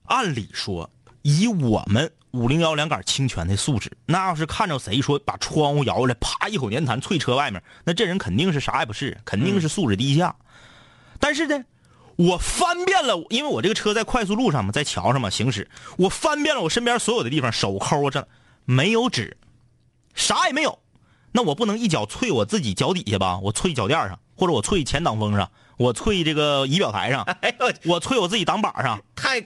Speaker 3: 按理说，以我们五零幺两杆清泉的素质，那要是看着谁说把窗户摇下来，啪一口粘痰啐车外面，那这人肯定是啥也不是，肯定是素质低下。但是呢，我翻遍了，因为我这个车在快速路上嘛，在桥上嘛行驶，我翻遍了我身边所有的地方，手抠啊这没有纸，啥也没有。那我不能一脚啐我自己脚底下吧？我啐脚垫上，或者我啐前挡风上，我啐这个仪表台 上，
Speaker 5: 哎呦，
Speaker 3: 我啐我自己挡把上，
Speaker 5: 太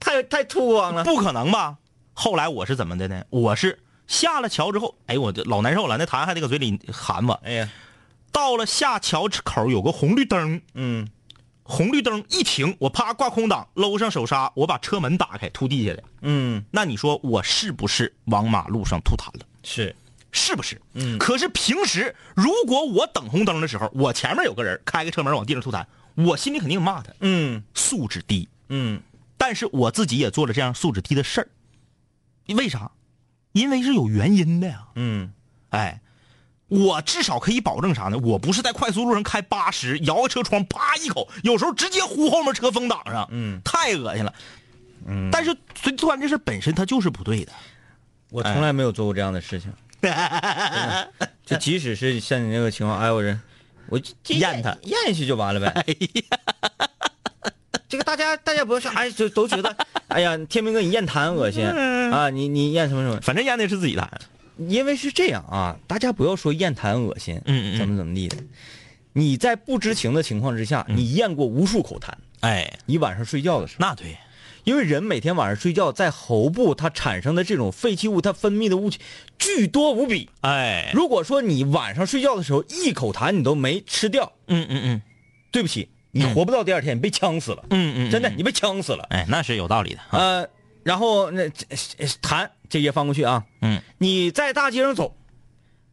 Speaker 5: 太太粗犷 了，
Speaker 3: 不可能吧？后来我是怎么的呢？我是下了桥之后，哎呦我这老难受了，那痰还得搁嘴里含吧。
Speaker 5: 哎呀，
Speaker 3: 到了下桥口有个红绿灯，
Speaker 5: 嗯
Speaker 3: 红绿灯一停，我啪挂空挡，搂上手刹，我把车门打开，吐地下了。
Speaker 5: 嗯
Speaker 3: 那你说我是不是往马路上吐痰了？
Speaker 5: 是，
Speaker 3: 是不是？
Speaker 5: 嗯
Speaker 3: 可是平时如果我等红灯的时候，我前面有个人开个车门往地上吐痰，我心里肯定骂他
Speaker 5: 嗯
Speaker 3: 素质低。
Speaker 5: 嗯
Speaker 3: 但是我自己也做了这样素质低的事儿，为啥？因为是有原因的呀。
Speaker 5: 嗯
Speaker 3: 哎，我至少可以保证啥呢？我不是在快速路上开八十，摇个车窗啪一口，有时候直接呼后面车风挡上，
Speaker 5: 嗯，
Speaker 3: 太恶心了。嗯，但是虽做完这事本身它就是不对的。
Speaker 5: 我
Speaker 3: 哎
Speaker 5: 从来没有做过这样的事情。真的就即使是像你那个情况，哎呦我这，我就就
Speaker 3: 验他
Speaker 5: 咽下去就完了呗。
Speaker 3: 哎
Speaker 5: 这个大家大家不要说，哎，就都觉得， 哎呀，天明哥你咽痰恶心
Speaker 3: 嗯
Speaker 5: 啊，你你咽什么什么？
Speaker 3: 反正烟的是自己的，
Speaker 5: 因为是这样啊，大家不要说咽痰恶心，
Speaker 3: 嗯嗯嗯
Speaker 5: 怎么怎么地的。你在不知情的情况之
Speaker 3: 嗯
Speaker 5: 下，你咽过无数口痰。
Speaker 3: 哎，
Speaker 5: 你晚上睡觉的时候，
Speaker 3: 那对，
Speaker 5: 因为人每天晚上睡觉，在喉部它产生的这种废弃物，它分泌的物体巨多无比。
Speaker 3: 哎，
Speaker 5: 如果说你晚上睡觉的时候一口痰你都没吃掉，
Speaker 3: 嗯嗯嗯
Speaker 5: 对不起，你活不到第二天，你被呛死了。
Speaker 3: 嗯嗯，
Speaker 5: 真的，你被呛死了。
Speaker 3: 哎，那是有道理的。
Speaker 5: 呃，然后那这这谈这页翻过去啊，
Speaker 3: 嗯，
Speaker 5: 你在大街上走，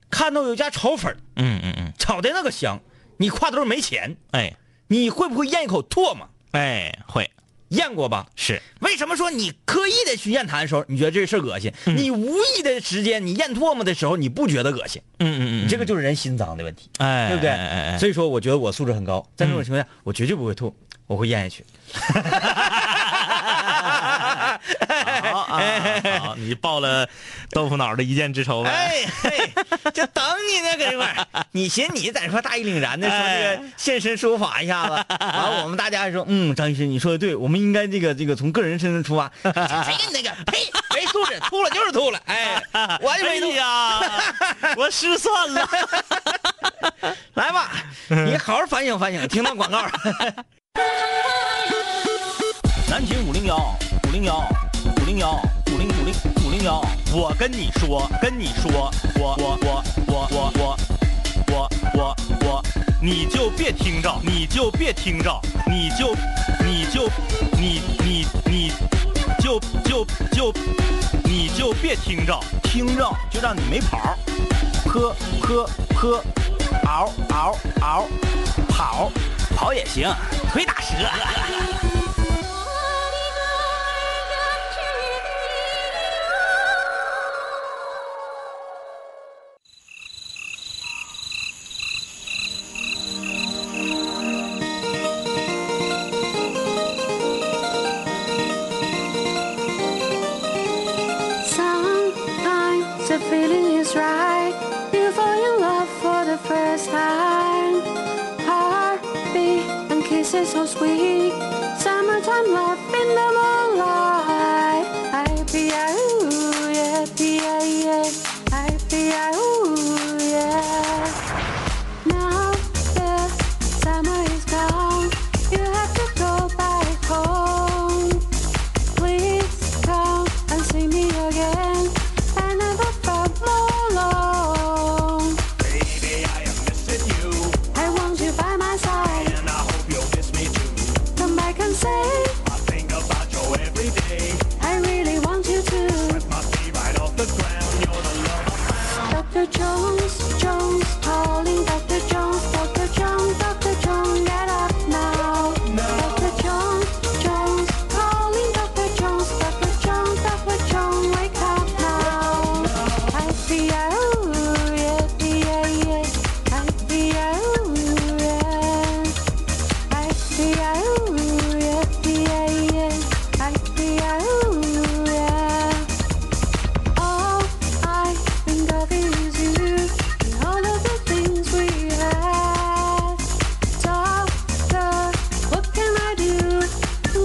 Speaker 5: 看到有家炒粉儿
Speaker 3: 嗯嗯嗯，
Speaker 5: 炒的那个香，你挎兜没钱，
Speaker 3: 哎
Speaker 5: 你会不会咽一口唾沫？
Speaker 3: 哎，会
Speaker 5: 咽过吧？
Speaker 3: 是
Speaker 5: 为什么说你刻意的去咽痰的时候，你觉得这事儿恶心？你无意的时间，你咽唾沫的时候，你不觉得恶心？
Speaker 3: 嗯嗯嗯，
Speaker 5: 你这个就是人心脏的问题，
Speaker 3: 哎，
Speaker 5: 对不对？
Speaker 3: 哎哎哎，
Speaker 5: 所以说，我觉得我素质很高，在这种情况下，我绝对不会吐，我会咽下去。
Speaker 3: 好啊，好，你报了豆腐脑的一箭之仇呗。
Speaker 5: 哎，嘿，就等你呢，搁这块儿。你寻你在这块儿大义凛然的说这个现身说法一下子， 完了我们大家还说，嗯，张医师你说的对，我们应该这个这个从个人身上出 发。谁跟你那个呸，没素质，吐了就是吐了， 哎，我就
Speaker 3: 哎
Speaker 5: 没吐。
Speaker 3: 呀，我失算了。
Speaker 5: 来 吧，你好好反省反省。听到广告了，
Speaker 3: 南秦五零幺五零幺五零幺五零五零五零幺，我跟你说，跟你说，我我我我我我我我我，你就别听着，你就别听着，你就你就你你你就就就你就别听着，听着就让你没跑儿，喝喝喝，嗷嗷嗷，跑跑也行，腿打折。
Speaker 10: Sometimes the feeling is right. You fall in love for the first time. Heartbeat and kisses so sweet. Summertime love in the moonlight. Happy, ah, ooh, yeah, happy, ah, yeah. Happy, ah, ooh, yeah. Now the summer is gone. You have to go back home. Please come and see me again. I never felt alone. Baby, I am missing you. I want you by my side. And I hope you'll miss me too. Come back and say. I really want you to. Dr. Jones, Jones, calling Dr. Jones, Dr. Jones, Dr. Jones, get up now. Dr. Jones, Jones, calling Dr. Jones, Dr. Jones, Dr. Jones, wake up now. I see you, yeah, yeah, yeah. I see you, yeah. I see you, yeah, yeah, yeah. I see you, yeah. All I think of is you and all of the things we had. Doctor, what can I do?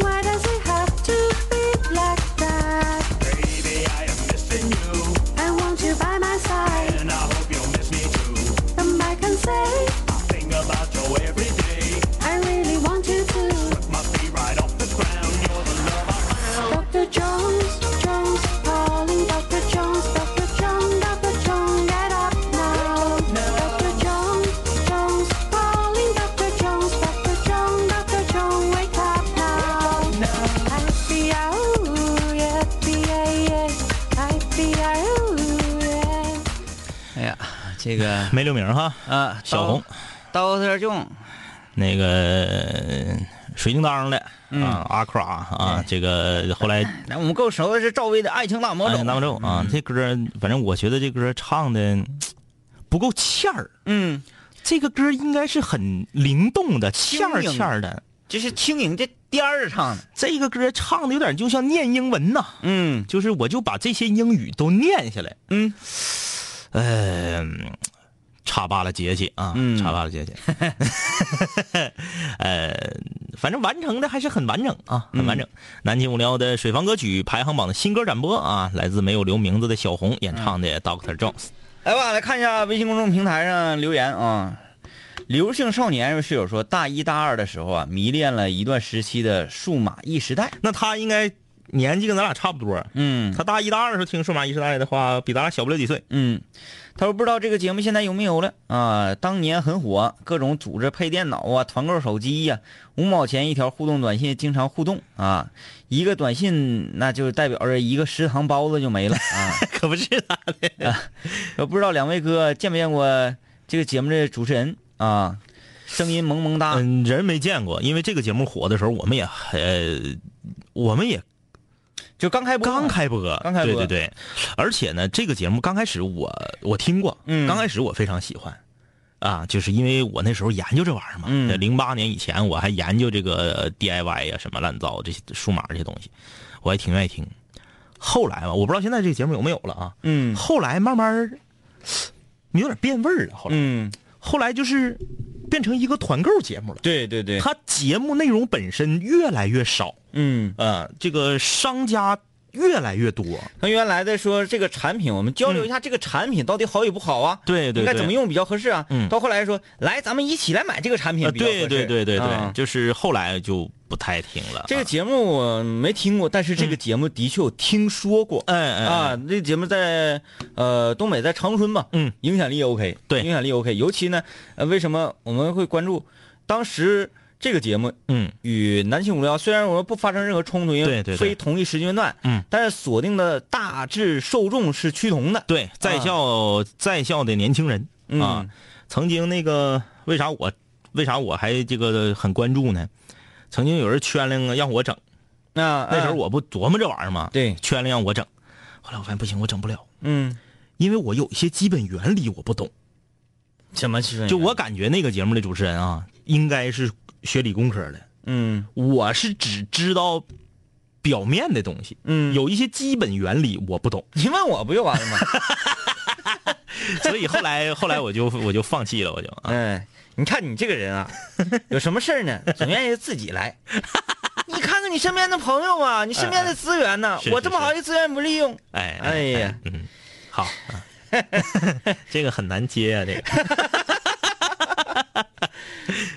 Speaker 10: Why does it have to be like that?
Speaker 9: Baby, I am missing you,
Speaker 10: I want you by my side.
Speaker 9: and I hope you'll miss me too.
Speaker 10: Come back and say
Speaker 9: I think about you every day.
Speaker 10: I really want you to.
Speaker 9: My feet right off the ground. You're the love I
Speaker 10: Dr. Jones, Jones, calling Dr. Jones, Dr. Jones, Dr. Jones, get up now. Dr. Jones, Jones, calling Dr. Jones, Dr. Jones, Dr. Jones, wake up now. Happy hour, happy, yeah, yeah. happy hour, yeah.
Speaker 5: 哎呀，这个
Speaker 3: 没留名哈，
Speaker 5: 啊，
Speaker 3: 小红，
Speaker 5: ，Doctor John，
Speaker 3: 那个呃水叮当的
Speaker 5: 嗯
Speaker 3: 啊，阿克拉啊，这个后来
Speaker 5: 那我们够熟的是赵薇的《爱情大魔
Speaker 3: 哎
Speaker 5: 咒》。
Speaker 3: 纳闷咒啊，这歌反正我觉得这歌唱的不够欠儿，
Speaker 5: 嗯，
Speaker 3: 这个歌应该是很灵动的，欠儿
Speaker 5: 轻盈
Speaker 3: 欠儿的。
Speaker 5: 就是轻盈这颠儿唱的。
Speaker 3: 这个歌唱的有点就像念英文呐，
Speaker 5: 嗯
Speaker 3: 就是我就把这些英语都念下来，
Speaker 5: 嗯，
Speaker 3: 嗯，差罢了节气啊，
Speaker 5: 嗯
Speaker 3: 差罢了节气， 呃，反正完成的还是很完整啊，很完整。南秦五零幺的水房歌曲排行榜的新歌展播啊，来自没有留名字的小红演唱的 Doctor Jones。
Speaker 5: 来吧，来看一下微信公众平台上留言啊。流姓少年室友说，大一大二的时候啊，迷恋了一段时期的数码异时代。
Speaker 3: 那他应该年纪跟咱俩差不多，
Speaker 5: 嗯
Speaker 3: 他大一大二的时候听数码一时代的话，比咱俩小不了几岁。
Speaker 5: 嗯，他说不知道这个节目现在有没有了啊？当年很火，各种组织配电脑啊，团购手机呀、五毛钱一条互动短信，经常互动啊，一个短信那就代表着一个食堂包子就 没了啊。
Speaker 3: 可不是的，
Speaker 5: 我不知道两位哥见没见过这个节目的主持人啊？声音萌萌哒，
Speaker 3: 嗯，人没见过，因为这个节目火的时候，我们也呃，我们也
Speaker 5: 就刚开播嘛，
Speaker 3: 刚开播，
Speaker 5: 刚开播
Speaker 3: 对对对。而且呢，这个节目刚开始我我听过，
Speaker 5: 嗯
Speaker 3: 刚开始我非常喜欢，啊，就是因为我那时候研究这玩意儿嘛
Speaker 5: 嗯，
Speaker 3: 零八、年以前我还研究这个 DIY 啊呀、什么乱糟这些数码这些东西，我还挺愿意听。后来吧，我不知道现在这个节目有没有了啊，
Speaker 5: 嗯
Speaker 3: 后来慢慢儿有点变味儿了，后来、
Speaker 5: 嗯，
Speaker 3: 后来就是变成一个团购节目了。
Speaker 5: 对对对，
Speaker 3: 它节目内容本身越来越少，
Speaker 5: 嗯，
Speaker 3: 呃，这个商家越来越多，
Speaker 5: 他原来在说这个产品，我们交
Speaker 3: 嗯
Speaker 5: 流一下这个产品到底好与不好啊？
Speaker 3: 对对
Speaker 5: 应该
Speaker 3: 对
Speaker 5: 怎么用比较合适啊？
Speaker 3: 嗯
Speaker 5: 到后来说，来，咱们一起来买这个产品
Speaker 3: 呃
Speaker 5: 比较合
Speaker 3: 对
Speaker 5: 适、
Speaker 3: 对对对对，
Speaker 5: 啊
Speaker 3: 就是后来就不太听了。
Speaker 5: 这个
Speaker 3: 啊，
Speaker 5: 节目我没听过，但是这个节目的确有听说过。
Speaker 3: 哎哎，
Speaker 5: 啊，这节目在呃东北，在长春嘛，
Speaker 3: 嗯，
Speaker 5: 影响力也 OK，
Speaker 3: 对
Speaker 5: 影响力也 OK。尤其呢，呃，为什么我们会关注当时这个节目
Speaker 3: 嗯
Speaker 5: 与南青五六幺虽然我们不发生任何冲突，因为
Speaker 3: 对对对
Speaker 5: 非同一时间段，
Speaker 3: 嗯，
Speaker 5: 但是锁定的大致受众是趋同的。
Speaker 3: 对，在校、在校的年轻人啊，
Speaker 5: 嗯
Speaker 3: 曾经那个为啥我为啥我还这个很关注呢？曾经有人圈了让我整，
Speaker 5: 那
Speaker 3: 那时候
Speaker 5: 我
Speaker 3: 我不琢磨这玩意儿吗？
Speaker 5: 对
Speaker 3: 圈了让我整，后来我发现不行，我整不了，
Speaker 5: 嗯，
Speaker 3: 因为我有一些基本原理我不懂。
Speaker 5: 什么气氛？
Speaker 3: 就我感觉那个节目的主持人啊，应该是学理工科的，
Speaker 5: 嗯
Speaker 3: 我是只知道表面的东西，
Speaker 5: 嗯，
Speaker 3: 有一些基本原理我不 懂，
Speaker 5: 你问我不就完了吗？
Speaker 3: 所以后来后来我就我就放弃了，我就啊，
Speaker 5: 哎，你看你这个人啊，有什么事儿呢， 总愿意自己来。你看看你身边的朋友啊，你身边的资源呢、
Speaker 3: 是
Speaker 5: 我
Speaker 3: 是
Speaker 5: 这么好的资源不利用，
Speaker 3: 哎
Speaker 5: 哎呀，
Speaker 3: 嗯，好， 啊这个很难接啊，这个，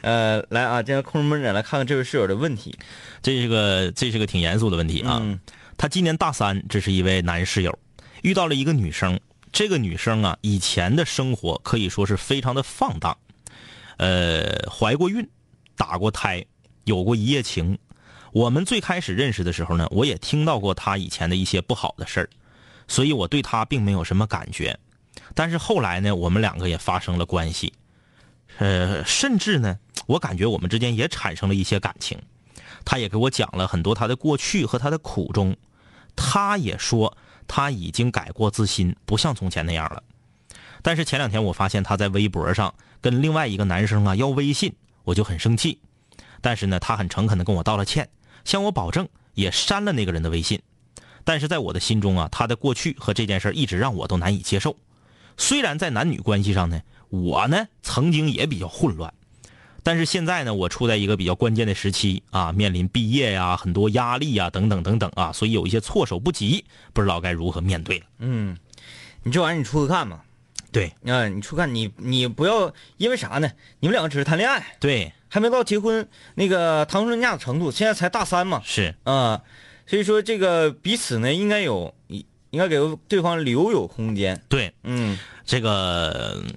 Speaker 5: 呃，来啊，这个空中门诊来看看这位室友的问题。
Speaker 3: 这是个这是个挺严肃的问题啊。
Speaker 5: 嗯
Speaker 3: 他今年大三，这是一位男室友，遇到了一个女生。这个女生啊，以前的生活可以说是非常的放荡，呃，怀过孕，打过胎，有过一夜情。我们最开始认识的时候呢，我也听到过她以前的一些不好的事儿，所以我对她并没有什么感觉。但是后来呢，我们两个也发生了关系，呃，甚至呢，我感觉我们之间也产生了一些感情。他也给我讲了很多他的过去和他的苦衷。他也说他已经改过自新，不像从前那样了。但是前两天我发现他在微博上跟另外一个男生啊要微信，我就很生气。但是呢，他很诚恳的跟我道了歉，向我保证也删了那个人的微信。但是在我的心中啊，他的过去和这件事儿一直让我都难以接受。虽然在男女关系上呢，我呢曾经也比较混乱，但是现在呢，我处在一个比较关键的时期啊，面临毕业呀、很多压力呀、等等等等啊，所以有一些措手不及，不知道该如何面对了。
Speaker 5: 嗯，你这玩意儿你出去看吧。
Speaker 3: 对
Speaker 5: 啊、你出去看，你你不要因为啥呢？你们两个只是谈恋爱，
Speaker 3: 对，
Speaker 5: 还没到结婚那个谈婚论嫁的程度，现在才大三嘛。
Speaker 3: 是，
Speaker 5: 啊、所以说这个彼此呢，应该有应该给对方留有空间。
Speaker 3: 对
Speaker 5: 嗯
Speaker 3: 这个，嗯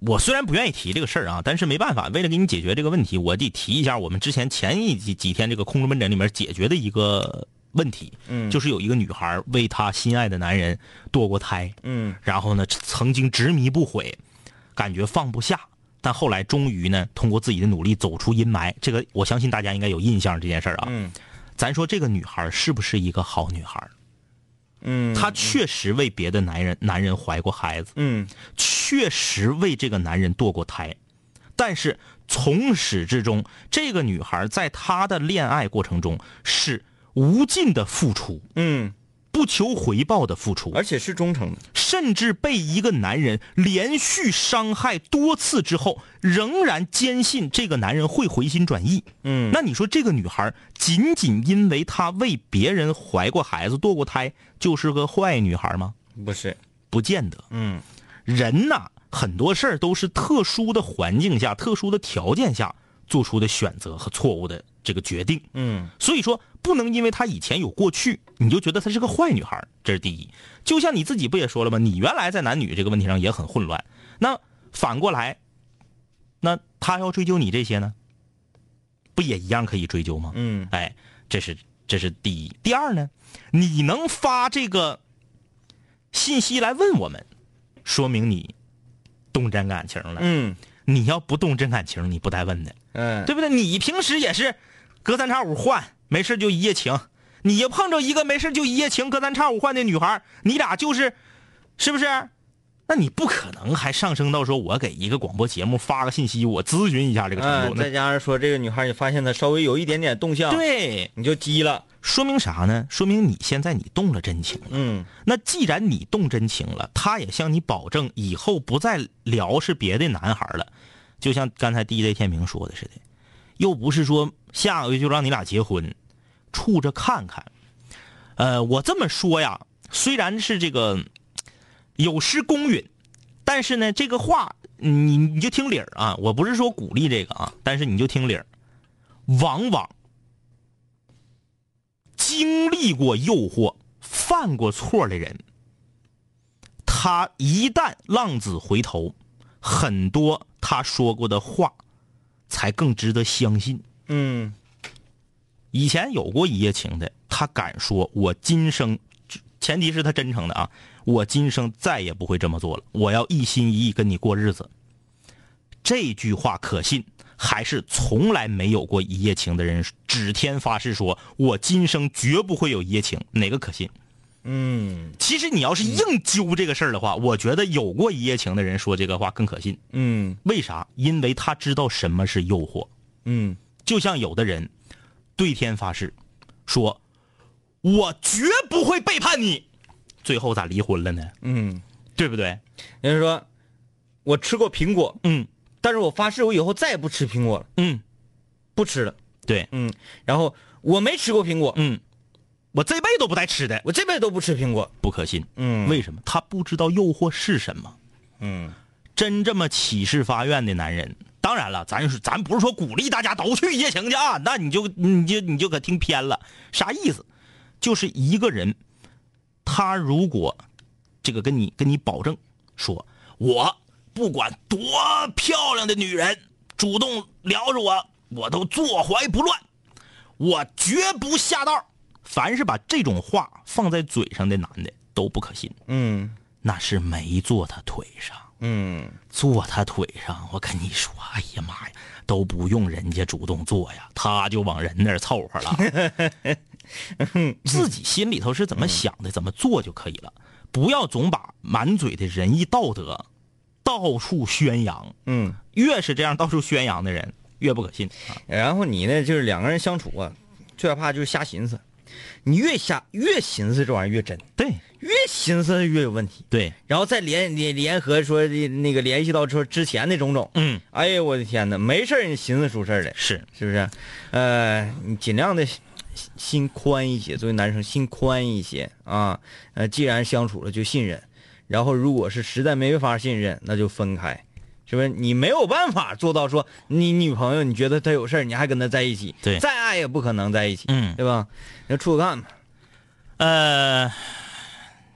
Speaker 3: 我虽然不愿意提这个事儿啊，但是没办法，为了给你解决这个问题，我得提一下我们之前前一几几天这个空中门诊里面解决的一个问题，
Speaker 5: 嗯
Speaker 3: 就是有一个女孩为她心爱的男人堕过胎，
Speaker 5: 嗯
Speaker 3: 然后呢，曾经执迷不悔，感觉放不下，但后来终于呢，通过自己的努力走出阴霾。这个我相信大家应该有印象这件事儿啊。
Speaker 5: 嗯
Speaker 3: 咱说这个女孩是不是一个好女孩？
Speaker 5: 嗯，
Speaker 3: 她确实为别的男人男人怀过孩子，
Speaker 5: 嗯
Speaker 3: 确实为这个男人堕过胎，但是从始至终，这个女孩在她的恋爱过程中是无尽的付出，
Speaker 5: 嗯，
Speaker 3: 不求回报的付出。
Speaker 5: 而且是忠诚的。
Speaker 3: 甚至被一个男人连续伤害多次之后，仍然坚信这个男人会回心转意。
Speaker 5: 嗯
Speaker 3: 那你说这个女孩仅仅因为她为别人怀过孩子、堕过胎，就是个坏女孩吗？
Speaker 5: 不是，
Speaker 3: 不见得。
Speaker 5: 嗯
Speaker 3: 人呐、很多事儿都是特殊的环境下、特殊的条件下做出的选择和错误的这个决定。
Speaker 5: 嗯
Speaker 3: 所以说，不能因为她以前有过去，你就觉得她是个坏女孩儿，这是第一。就像你自己不也说了吗？你原来在男女这个问题上也很混乱。那反过来，那她要追究你这些呢，不也一样可以追究吗？
Speaker 5: 嗯
Speaker 3: 哎，这是这是第一。第二呢，你能发这个信息来问我们，说明你动真感情了。
Speaker 5: 嗯
Speaker 3: 你要不动真感情，你不带问的。
Speaker 5: 嗯，
Speaker 3: 对不对？你平时也是隔三差五换，没事就一夜情。你一碰着一个没事就一夜情、隔三差五换的女孩，你俩就是，是不是？那你不可能还上升到说我给一个广播节目发个信息，我咨询一下这个程
Speaker 5: 嗯，
Speaker 3: 度。
Speaker 5: 再啊加上说这个女孩，你发现她稍微有一点点动
Speaker 3: 那
Speaker 5: 向，，
Speaker 3: 对，
Speaker 5: 你就急了。
Speaker 3: 说明啥呢？说明你现在你动了真情了。
Speaker 5: 嗯
Speaker 3: 那既然你动真情了，他也向你保证以后不再聊是别的男孩了，就像刚才 DJ 天明说的似的，又不是说下个月就让你俩结婚，处着看看。呃，我这么说呀，虽然是这个嗯有失公允，但是呢，这个话你你就听理儿啊，我不是说鼓励这个啊，但是你就听理儿，往往经历过诱惑、犯过错的人，他一旦浪子回头，很多他说过的话才更值得相信。
Speaker 5: 嗯
Speaker 3: 以前有过一夜情的，他敢说：“我今生，前提是他真诚的啊，我今生再也不会这么做了，我要一心一意跟你过日子。”这句话可信，还是从来没有过一夜情的人指天发誓说：“我今生绝不会有一夜情。”哪个可信？
Speaker 5: 嗯
Speaker 3: 其实你要是硬揪这个事儿的话，我觉得有过一夜情的人说这个话更可信。
Speaker 5: 嗯
Speaker 3: 为啥？因为他知道什么是诱惑。
Speaker 5: 嗯
Speaker 3: 就像有的人对天发誓，说我绝不会背叛你，最后咋离婚了呢？
Speaker 5: 嗯，
Speaker 3: 对不对？
Speaker 5: 人家说，我吃过苹果，
Speaker 3: 嗯
Speaker 5: 但是我发誓我以后再也不吃苹果了，
Speaker 3: 嗯，
Speaker 5: 不吃了。
Speaker 3: 对，
Speaker 5: 嗯，然后我没吃过苹果，
Speaker 3: 嗯，我这辈子都不带吃的，
Speaker 5: 我这辈子都不吃苹果。
Speaker 3: 不可信。
Speaker 5: 嗯
Speaker 3: 为什么？他不知道诱惑是什么。
Speaker 5: 嗯
Speaker 3: 真这么起誓发愿的男人，当然了，咱是咱不是说鼓励大家都去一夜情去啊，那你就你就你就可听偏了，啥意思？就是一个人，他如果这个跟你跟你保证说，我不管多漂亮的女人主动撩着我，我都坐怀不乱，我绝不下道。凡是把这种话放在嘴上的男的都不可信，
Speaker 5: 嗯
Speaker 3: 那是没坐他腿上。
Speaker 5: 嗯
Speaker 3: 坐他腿上，我跟你说，哎呀妈呀，都不用人家主动坐呀，他就往人那儿凑合了。自己心里头是怎么想的，怎么做就可以了，不要总把满嘴的仁义道德到处宣扬。
Speaker 5: 嗯，
Speaker 3: 越是这样到处宣扬的人，越不可信。啊
Speaker 5: 然后你呢，就是两个人相处啊，最害怕就是瞎寻思，你越瞎越寻思这玩意儿越真，
Speaker 3: 对
Speaker 5: 越寻思越有问题。
Speaker 3: 对，
Speaker 5: 然后再联联联合说那个联系到说之前的种种，
Speaker 3: 嗯，
Speaker 5: 哎呀我的天哪，没事儿你寻思出事儿来，
Speaker 3: 是
Speaker 5: 是不是？呃，你尽量的心宽一些，作为男生心宽一些啊。呃，既然相处了就信任，然后如果是实在没法信任，那就分开，是不是？你没有办法做到说你女朋友你觉得她有事儿，你还跟她在一起，
Speaker 3: 对
Speaker 5: 再爱也不可能在一起，
Speaker 3: 嗯
Speaker 5: 对吧？那处个干吧。
Speaker 3: 呃，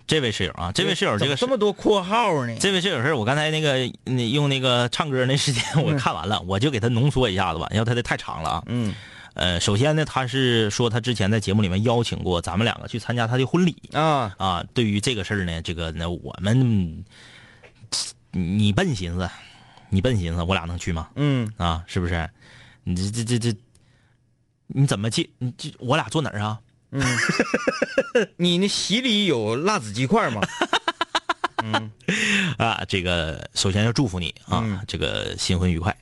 Speaker 3: 这位室友啊，这位室友这个
Speaker 5: 哎怎么这么多括号呢？
Speaker 3: 这位室友是我刚才那个那用那个唱歌那时间我看完了，我就给他浓缩一下子吧，要他的太长了啊。
Speaker 5: 嗯
Speaker 3: 呃，首先呢，他是说他之前在节目里面邀请过咱们两个去参加他的婚礼
Speaker 5: 啊，
Speaker 3: 啊。对于这个事儿呢，这个呢，我们你笨寻思，你笨寻思，我俩能去吗？
Speaker 5: 嗯
Speaker 3: 啊，是不是？你这这这这，你怎么去？你这我俩坐哪儿啊？
Speaker 5: 你那席里有辣子鸡块吗？
Speaker 3: 啊，这个首先要祝福你啊，
Speaker 5: 嗯
Speaker 3: 这个新婚愉快。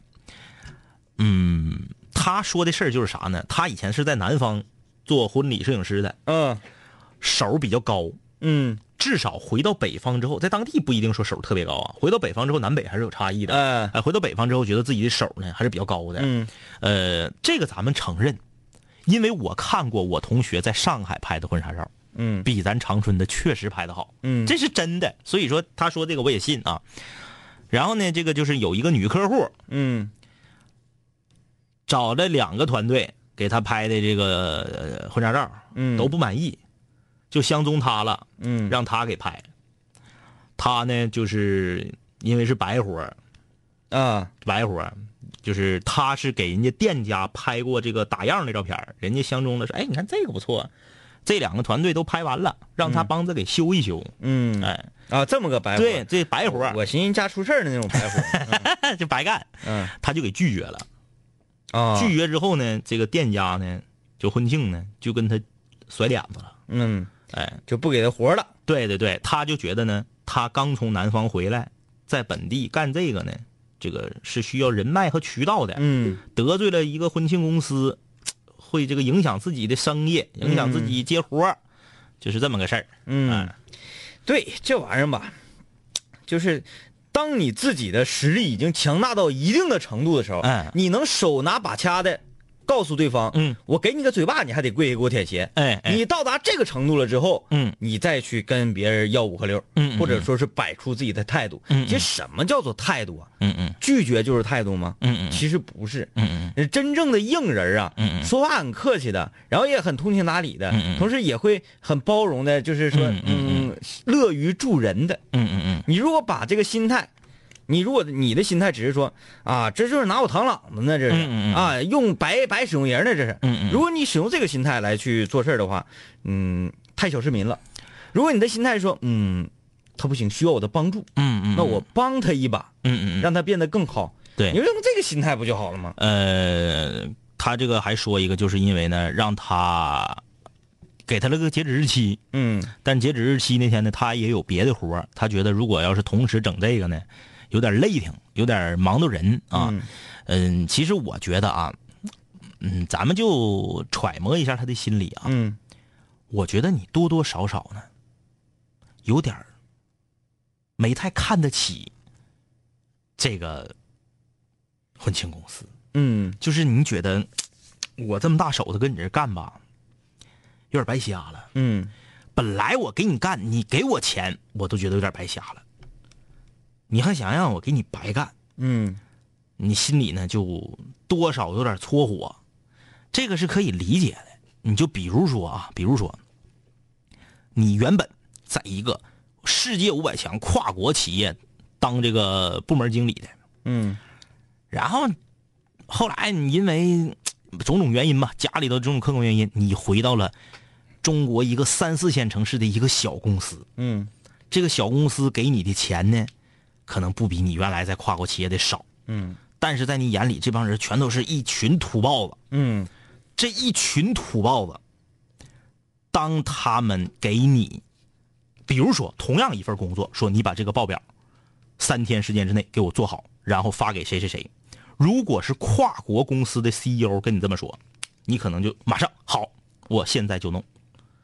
Speaker 3: 嗯，他说的事儿就是啥呢？他以前是在南方做婚礼摄影师的，
Speaker 5: 嗯
Speaker 3: 手比较高，
Speaker 5: 嗯，
Speaker 3: 至少回到北方之后，在当地不一定说手特别高啊。回到北方之后，南北还是有差异的。
Speaker 5: 哎
Speaker 3: 哎，回到北方之后，觉得自己的手呢还是比较高的。
Speaker 5: 嗯，
Speaker 3: 呃，这个咱们承认，因为我看过我同学在上海拍的婚纱照，
Speaker 5: 嗯
Speaker 3: 比咱长春的确实拍的好，
Speaker 5: 嗯
Speaker 3: 这是真的。所以说他说这个我也信啊。然后呢，这个就是有一个女客户
Speaker 5: 嗯
Speaker 3: 找了两个团队给给他拍的这个呃婚纱照，
Speaker 5: 嗯
Speaker 3: 都不满意，就相中他了，
Speaker 5: 嗯
Speaker 3: 让他给拍。他呢，就是因为是白活儿
Speaker 5: 啊，
Speaker 3: 白活儿就是他是给人家店家拍过这个打样的照片儿，人家相中了说，哎，你看这个不错，这两个团队都拍完了，让他帮着给修一修。
Speaker 5: 嗯
Speaker 3: 哎，
Speaker 5: 啊，这么个白活，
Speaker 3: 对，这白活儿
Speaker 5: 我寻思家出事儿的那种白 活，
Speaker 3: 就白干，
Speaker 5: 嗯
Speaker 3: 他就给拒绝了。
Speaker 5: 啊，
Speaker 3: 拒绝之后呢，这个店家呢，就婚庆呢，就跟他甩脸子了。
Speaker 5: 嗯，
Speaker 3: 哎，
Speaker 5: 就不给他活了，
Speaker 3: 对对对，他就觉得呢，他刚从南方回来，在本地干这个呢，这个是需要人脉和渠道的。
Speaker 5: 嗯
Speaker 3: 得罪了一个婚庆公司，会这个影响自己的生意，影响自己接活儿，就是这么个事儿。
Speaker 5: 嗯
Speaker 3: 哎，
Speaker 5: 对，这玩意儿吧，就是当你自己的实力已经强大到一定的程度的时候，
Speaker 3: 哎
Speaker 5: 你能手拿把掐的告诉对方，
Speaker 3: 嗯，
Speaker 5: 我给你个嘴巴，你还得跪下给我舔鞋，
Speaker 3: 哎哎
Speaker 5: 你到达这个程度了之后，
Speaker 3: 嗯
Speaker 5: 你再去跟别人要五和六，
Speaker 3: 嗯嗯
Speaker 5: 或者说是摆出自己的态度，
Speaker 3: 嗯嗯
Speaker 5: 其实什么叫做态度啊？
Speaker 3: 嗯嗯
Speaker 5: 拒绝就是态度吗？
Speaker 3: 嗯嗯
Speaker 5: 其实不是，
Speaker 3: 嗯嗯
Speaker 5: 呃真正的硬人啊，
Speaker 3: 嗯嗯
Speaker 5: 说话很客气的，然后也很通情达理的，
Speaker 3: 嗯嗯
Speaker 5: 同时也会很包容的，就是说，
Speaker 3: 嗯
Speaker 5: 嗯，
Speaker 3: 嗯
Speaker 5: 乐于助人的。
Speaker 3: 嗯嗯嗯
Speaker 5: 你如果把这个心态，你如果你的心态只是说啊，这就是拿我当朗子呢，这是、
Speaker 3: 嗯嗯嗯
Speaker 5: 啊，用白白使用人呢，这是。
Speaker 3: 嗯嗯
Speaker 5: 如果你使用这个心态来去做事儿的话，嗯，太小市民了。如果你的心态说，嗯，他不行，需要我的帮助，
Speaker 3: 嗯嗯，
Speaker 5: 那我帮他一把，
Speaker 3: 嗯嗯嗯，
Speaker 5: 让他变得更好。
Speaker 3: 对
Speaker 5: 你用这个心态不就好了吗？
Speaker 3: 呃，他这个还说一个，就是因为呢，让他给他了个截止日期，
Speaker 5: 嗯
Speaker 3: 但截止日期那天呢，他也有别的活儿，他觉得如果要是同时整这个呢，有点累挺，有点忙到人啊。
Speaker 5: 嗯
Speaker 3: 嗯，其实我觉得啊，嗯，咱们就揣摩一下他的心理啊。
Speaker 5: 嗯
Speaker 3: 我觉得你多多少少呢，有点儿没太看得起这个婚庆公司。
Speaker 5: 嗯
Speaker 3: 就是你觉得我这么大手头跟你这儿干吧，有点白瞎了。
Speaker 5: 嗯
Speaker 3: 本来我给你干，你给我钱，我都觉得有点白瞎了。你还想让我给你白干，
Speaker 5: 嗯
Speaker 3: 你心里呢就多少有点搓火，这个是可以理解的。你就比如说啊，比如说，你原本在一个世界五百强跨国企业当这个部门经理的，
Speaker 5: 嗯
Speaker 3: 然后后来你因为种种原因吧，家里头种种客观原因，你回到了中国一个三四线城市的一个小公司。
Speaker 5: 嗯
Speaker 3: 这个小公司给你的钱呢，可能不比你原来在跨国企业的少，
Speaker 5: 嗯
Speaker 3: 但是在你眼里，这帮人全都是一群土包子。
Speaker 5: 嗯
Speaker 3: 这一群土包子，当他们给你，比如说同样一份工作，说你把这个报表三天时间之内给我做好，然后发给谁谁谁。如果是跨国公司的 CEO 跟你这么说，你可能就马上好，我现在就弄。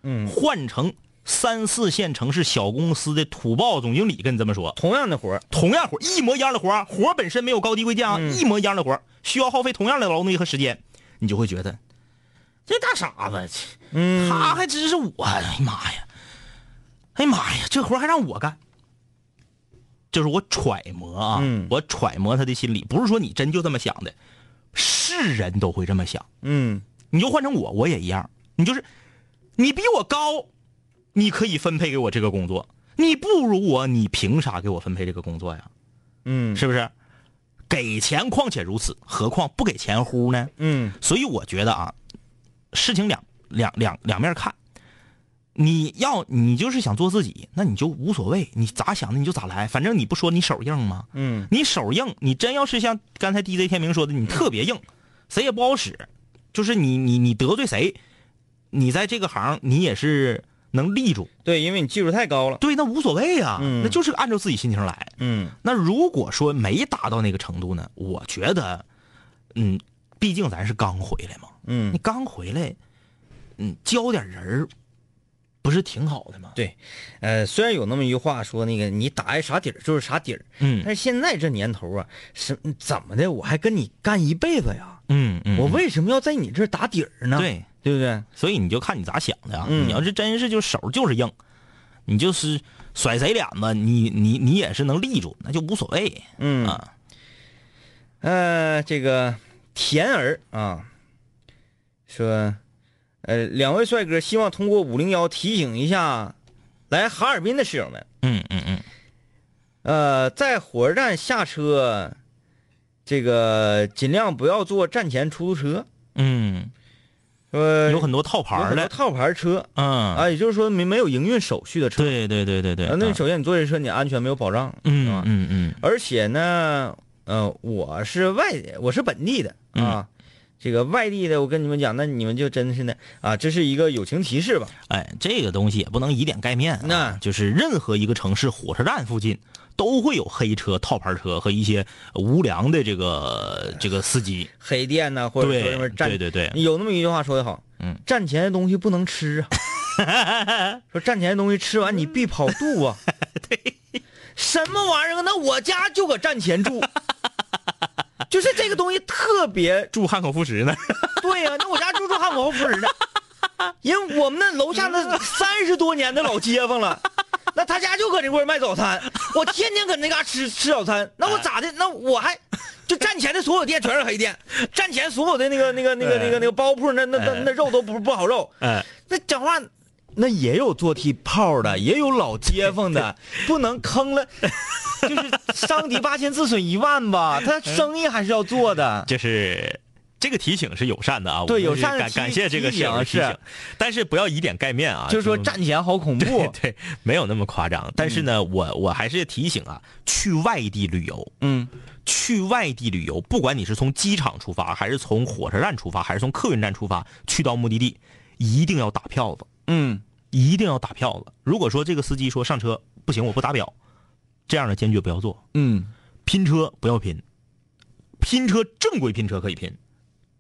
Speaker 5: 嗯，
Speaker 3: 换成三四线城市小公司的土豹总经理跟你这么说，
Speaker 5: 同样的活儿，
Speaker 3: 同样活儿一模一样的活儿，活儿本身没有高低贵贱啊，
Speaker 5: 嗯
Speaker 3: 一模一样的活儿，需要耗费同样的劳动力和时间，你就会觉得这大傻子，
Speaker 5: 嗯
Speaker 3: 他还支持我，哎呀妈呀，哎呀妈呀，这活儿还让我干，就是我揣摩啊，
Speaker 5: 嗯
Speaker 3: 我揣摩他的心理，不是说你真就这么想的，是人都会这么想，
Speaker 5: 嗯
Speaker 3: 你就换成我，我也一样。你就是，你比我高，你可以分配给我这个工作；你不如我，你凭啥给我分配这个工作呀？
Speaker 5: 嗯
Speaker 3: 是不是？给钱况且如此，何况不给钱乎呢？
Speaker 5: 嗯
Speaker 3: 所以我觉得啊，事情两两两两面看。你要你就是想做自己，那你就无所谓，你咋想的你就咋来，反正你不说你手硬吗？
Speaker 5: 嗯
Speaker 3: 你手硬，你真要是像刚才 DJ 天明说的，你特别
Speaker 5: 嗯
Speaker 3: 硬，谁也不好使。就是你你你得罪谁，你在这个行你也是能立住。
Speaker 5: 对，因为你技术太高了，
Speaker 3: 对，那无所谓啊，
Speaker 5: 嗯
Speaker 3: 那就是按照自己心情来。
Speaker 5: 嗯
Speaker 3: 那如果说没达到那个程度呢，我觉得，嗯，毕竟咱是刚回来嘛，
Speaker 5: 嗯
Speaker 3: 你，刚回来，嗯，教点人儿，不是挺好的吗？
Speaker 5: 对，呃，虽然有那么一句话说那个你打下啥底儿就是啥底儿，
Speaker 3: 嗯
Speaker 5: 但是现在这年头啊，是怎么的，我还跟你干一辈子呀？
Speaker 3: 嗯嗯
Speaker 5: 我为什么要在你这儿打底儿呢？
Speaker 3: 对
Speaker 5: 对不对？
Speaker 3: 所以你就看你咋想的啊。
Speaker 5: 嗯
Speaker 3: 你要是真是就手就是硬，你就是甩谁脸子，你你你也是能立住，那就无所谓。
Speaker 5: 嗯
Speaker 3: 啊，
Speaker 5: 呃，这个田儿啊，说，呃，两位帅哥希望通过五零幺提醒一下来哈尔滨的室友们，
Speaker 3: 嗯嗯嗯，
Speaker 5: 呃，在火车站下车，这个尽量不要坐站前出租车，
Speaker 3: 嗯，
Speaker 5: 说
Speaker 3: 有很多套牌
Speaker 5: 有
Speaker 3: 儿
Speaker 5: 很多
Speaker 3: 的，
Speaker 5: 套牌车
Speaker 3: 嗯，
Speaker 5: 啊，也就是说没没有营运手续的车，
Speaker 3: 对对对对对
Speaker 5: 啊，那
Speaker 3: 嗯
Speaker 5: 首先你坐这车你安全没有保障，是吧
Speaker 3: 嗯嗯嗯
Speaker 5: 而且呢，呃，我是外，我是本地的
Speaker 3: 嗯
Speaker 5: 啊，这个外地的，我跟你们讲，那你们就真是呢啊，这是一个友情提示吧？
Speaker 3: 哎，这个东西也不能以点盖面、啊。
Speaker 5: 那
Speaker 3: 就是任何一个城市火车站附近都会有黑车、套牌车和一些无良的这个这个司机。
Speaker 5: 黑店呐、或者说
Speaker 3: 对
Speaker 5: 什么站，
Speaker 3: 对对对，
Speaker 5: 有那么一句话说的好，
Speaker 3: 嗯，
Speaker 5: 站前的东西不能吃啊， 说站前的东西吃完你必跑肚啊，对，什么玩意儿啊？那我家就搁站前住。就是这个东西特别
Speaker 3: 住汉口副食呢。
Speaker 5: 对呀、那我家住住汉口不是的，因为我们那楼下那三十多年的老街坊了，那他家就搁那块儿卖早餐，我天天搁那嘎吃吃早餐，那我咋的？那我还就站前的所有店全是黑店，站前所有的那个那个那个那个那个包铺那那那那肉都不不好肉，
Speaker 3: 哎，
Speaker 5: 那讲话。那也有做地炮的，也有老街坊的，不能坑了，就是伤敌八千，自损一万吧。
Speaker 3: 嗯
Speaker 5: 他生意还是要做的。
Speaker 3: 啊就是这个提醒是友善的啊，
Speaker 5: 对
Speaker 3: 我们是
Speaker 5: 友善的
Speaker 3: 感
Speaker 5: 提
Speaker 3: 感谢这个
Speaker 5: 提
Speaker 3: 室友的
Speaker 5: 醒
Speaker 3: 提
Speaker 5: 是
Speaker 3: 醒，但是不要以点盖面啊，
Speaker 5: 就 说站嗯前好恐怖，
Speaker 3: 对对，没有那么夸张。但是呢，我我还是提醒啊，去外地旅游，
Speaker 5: 嗯，
Speaker 3: 去外地旅游，不管你是从机场出发，还是从火车站出发，还是从客运站出发，去到目的地，一定要打票子，
Speaker 5: 嗯，
Speaker 3: 一定要打票子。如果说这个司机说上车不行，我不打表，这样的坚决不要做。
Speaker 5: 嗯，
Speaker 3: 拼车不要拼，拼车正规拼车可以拼，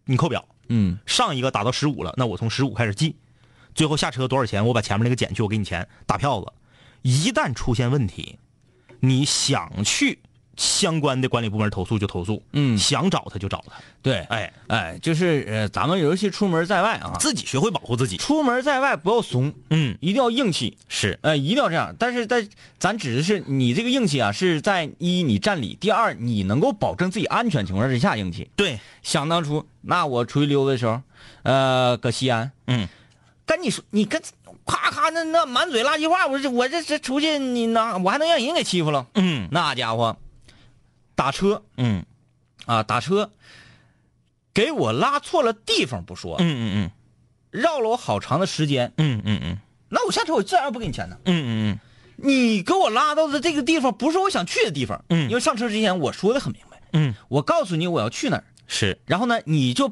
Speaker 3: 你扣表，
Speaker 5: 嗯，
Speaker 3: 上一个打到十五了，那我从十五开始记，最后下车多少钱，我把前面那个减去，我给你钱，打票子。一旦出现问题，你想去相关的管理部门投诉就投诉，
Speaker 5: 嗯
Speaker 3: 想找他就找他，
Speaker 5: 对，
Speaker 3: 哎，
Speaker 5: 哎，就是呃，咱们尤其出门在外啊，
Speaker 3: 自己学会保护自己。
Speaker 5: 出门在外不要怂，
Speaker 3: 嗯，
Speaker 5: 一定要硬气，
Speaker 3: 是，
Speaker 5: 呃，一定要这样。但是在咱指的是你这个硬气啊，是在一你占理，第二你能够保证自己安全情况之下硬气。
Speaker 3: 对，
Speaker 5: 想当初，那我出去溜达的时候，呃，搁西安，
Speaker 3: 嗯，
Speaker 5: 跟你说，你跟咔咔那那满嘴垃圾话，我这我这这出去你那我还能让人给欺负了？
Speaker 3: 嗯
Speaker 5: 那家伙，打车
Speaker 3: 嗯
Speaker 5: 啊，打车，给我拉错了地方不说，
Speaker 3: 嗯嗯
Speaker 5: 绕了我好长的时间。
Speaker 3: 嗯嗯嗯
Speaker 5: 那我下车我自然不给你钱呢。
Speaker 3: 嗯嗯
Speaker 5: 你给我拉到的这个地方不是我想去的地方，
Speaker 3: 嗯
Speaker 5: 因为上车之前我说的很明白，
Speaker 3: 嗯，
Speaker 5: 我告诉你我要去哪儿，
Speaker 3: 是，
Speaker 5: 然后呢你就，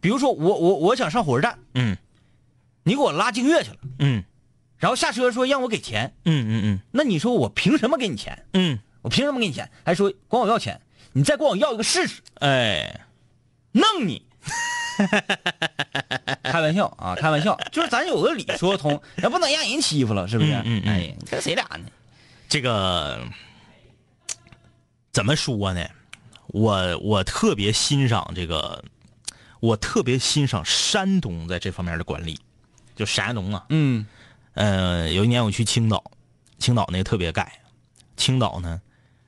Speaker 5: 比如说我我我想上火车站，
Speaker 3: 嗯
Speaker 5: 你给我拉净月去了，
Speaker 3: 嗯
Speaker 5: 然后下车说让我给钱，
Speaker 3: 嗯嗯
Speaker 5: 那你说我凭什么给你钱？
Speaker 3: 嗯嗯，
Speaker 5: 我凭什么给你钱？还说管我要钱？你再管我要一个试试，
Speaker 3: 哎，
Speaker 5: 弄你！开玩笑啊，开玩笑，就是咱有个理说得通，咱不能让人欺负了，是不是？
Speaker 3: 嗯嗯嗯
Speaker 5: 哎呀，跟谁俩呢？
Speaker 3: 这个怎么说呢？我我特别欣赏这个，我特别欣赏山东在这方面的管理。就山东啊，
Speaker 5: 嗯
Speaker 3: 呃，有一年我去青岛，青岛那个特别盖，青岛呢，